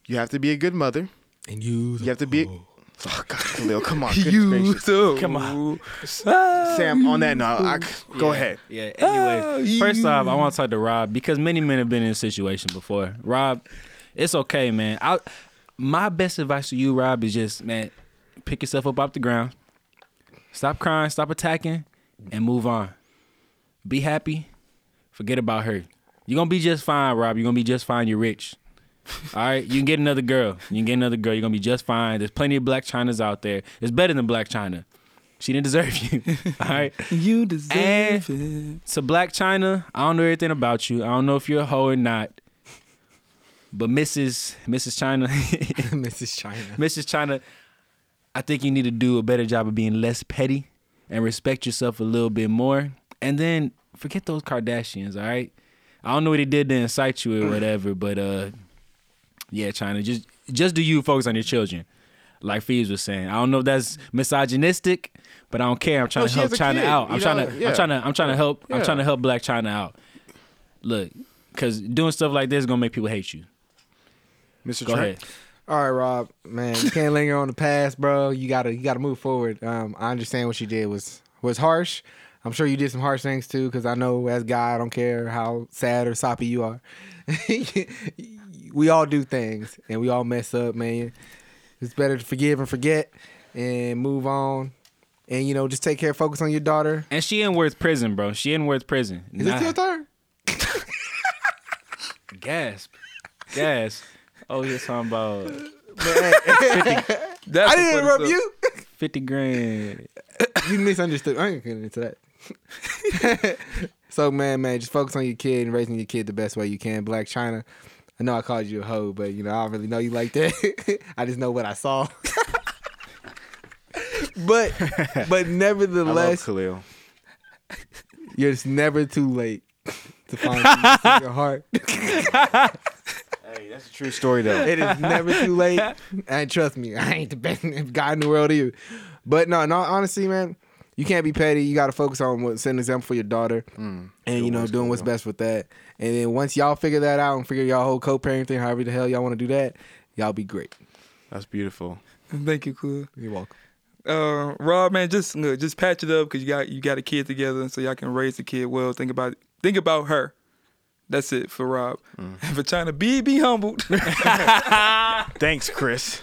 S1: you have to be a good mother.
S4: And you, (laughs)
S1: You have to be. Oh, God, Khalil, come on. goodness
S3: You
S1: gracious.
S3: too.
S2: Come on.
S4: (laughs)
S3: Ah,
S1: Sam, on that note, I, go ahead.
S2: Yeah. Anyway,
S3: Ah,
S2: first
S3: you-
S2: off, I want to talk to Rob because many men have been in this situation before. Rob, it's okay, man. I my best advice to you, Rob, is just man, pick yourself up off the ground, stop crying, stop attacking, and move on. Be happy. Forget about her. You're gonna be just fine, Rob. You're gonna be just fine. You're rich. All right, you can get another girl. You can get another girl. You're gonna be just fine. There's plenty of black chinas out there. It's better than black china. She didn't deserve you. (laughs) All right,
S3: You deserve
S2: And-
S3: it.
S2: so Black China, I don't know everything about you. I don't know if you're a hoe or not. But Mrs. Mrs. China, (laughs)
S4: Mrs. China.
S2: Mrs. China, I think you need to do a better job of being less petty and respect yourself a little bit more. And then forget those Kardashians, all right? I don't know what they did to incite you or whatever, but uh yeah, China, just just do you focus on your children. Like Fees was saying. I don't know if that's misogynistic, but I don't care. I'm trying
S1: No,
S2: to
S1: Oh, she
S2: help
S1: has a
S2: China
S1: kid,
S2: out.
S1: you
S2: I'm trying
S1: know,
S2: to
S1: yeah.
S2: I'm trying to I'm trying to help I'm
S1: Yeah.
S2: trying to help black China out. Look, cause doing stuff like this is gonna make people hate you.
S1: Mr.
S2: Go
S1: Trent.
S2: ahead.
S4: All right, Rob, man, you can't linger on the past, bro. You gotta you gotta move forward. Um, I understand what you did was was harsh. I'm sure you did some harsh things too, because I know as guy, I don't care how sad or soppy you are. (laughs) we all do things and we all mess up, man. It's better to forgive and forget and move on. And you know, just take care, focus on your daughter.
S2: And she in Worth Prison, bro. She in Worth Prison.
S4: Is
S2: Nah.
S4: it your turn?
S2: Gasp. Gasp. Oh, you're talking about
S3: That's
S4: I
S3: the
S4: didn't
S3: funny
S4: interrupt
S3: stuff.
S4: you.
S2: 50 grand.
S4: you misunderstood. I ain't getting into that. (laughs) so man, man, just focus on your kid and raising your kid the best way you can. Black China. I know I called you a hoe, but you know I don't really know you like that. (laughs) I just know what I saw. (laughs) but but
S1: (laughs) I love
S4: nevertheless,
S1: Khalil.
S4: you're just never too late to find peace in your heart.
S1: Hey, that's a true story, though.
S4: (laughs) It is never too (laughs) late. And trust me, (laughs) I ain't the best guy in the world either. But no, no, honestly, man, you can't be petty. You got to focus on what, setting an example for your daughter and, you know, doing what's best with that. And then once y'all figure that out and figure y'all whole co parenting, however the hell y'all want to do that, y'all be great.
S1: That's beautiful.
S3: Thank you, cool.
S4: You're welcome.
S3: uh, Rob, man, just look, just patch it up because you got you got a kid together, so y'all can raise the kid well. Think about think about her. That's it for Rob.
S2: Mm.
S3: (laughs) And For China, be be humbled. (laughs)
S1: Thanks, Chris.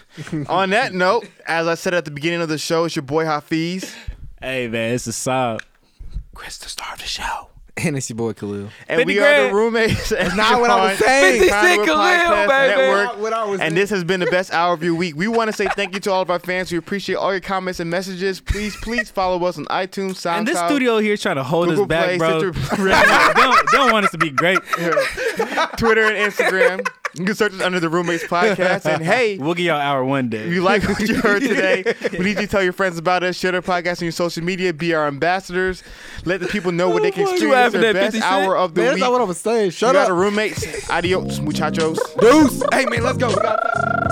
S1: on that note, as I said at the beginning of the show, it's your boy Hafiz.
S2: Hey, man, it's a sob.
S3: Chris, the star of the show.
S4: (laughs) And it's your boy Khalil.
S1: And
S2: 50
S1: we are the
S2: grand.
S1: roommates. That's
S4: not what I was saying.
S3: 50 cent Khalil, baby.
S4: What I was
S1: and this has been the best hour of your week. We want to say thank you to all of our fans. We appreciate all your comments and messages. Please, please follow us on iTunes, SoundCloud.
S2: And this studio here trying to hold
S1: Google
S2: us back,
S1: Play,
S2: (laughs) bro.
S1: Stitcher-
S2: they, don't, they don't want us to be great.
S1: (laughs) Twitter and Instagram. You can search us under the Roommates Podcast. And hey,
S2: We'll get y'all hour one day.
S1: if you like what you heard today, we need you to tell your friends about us. Share the podcast on your social media. Be our ambassadors. Let the people know what they can
S3: You
S1: experience
S3: laughing
S1: their
S3: at
S1: best
S3: 50 Cent?
S1: hour of the
S4: man, that's
S1: week.
S4: not what I was saying.
S1: You
S4: Shut
S1: got
S4: up.
S1: the roommates. Adios, muchachos. (laughs)
S4: Deuce. Hey, man, let's go. We got this.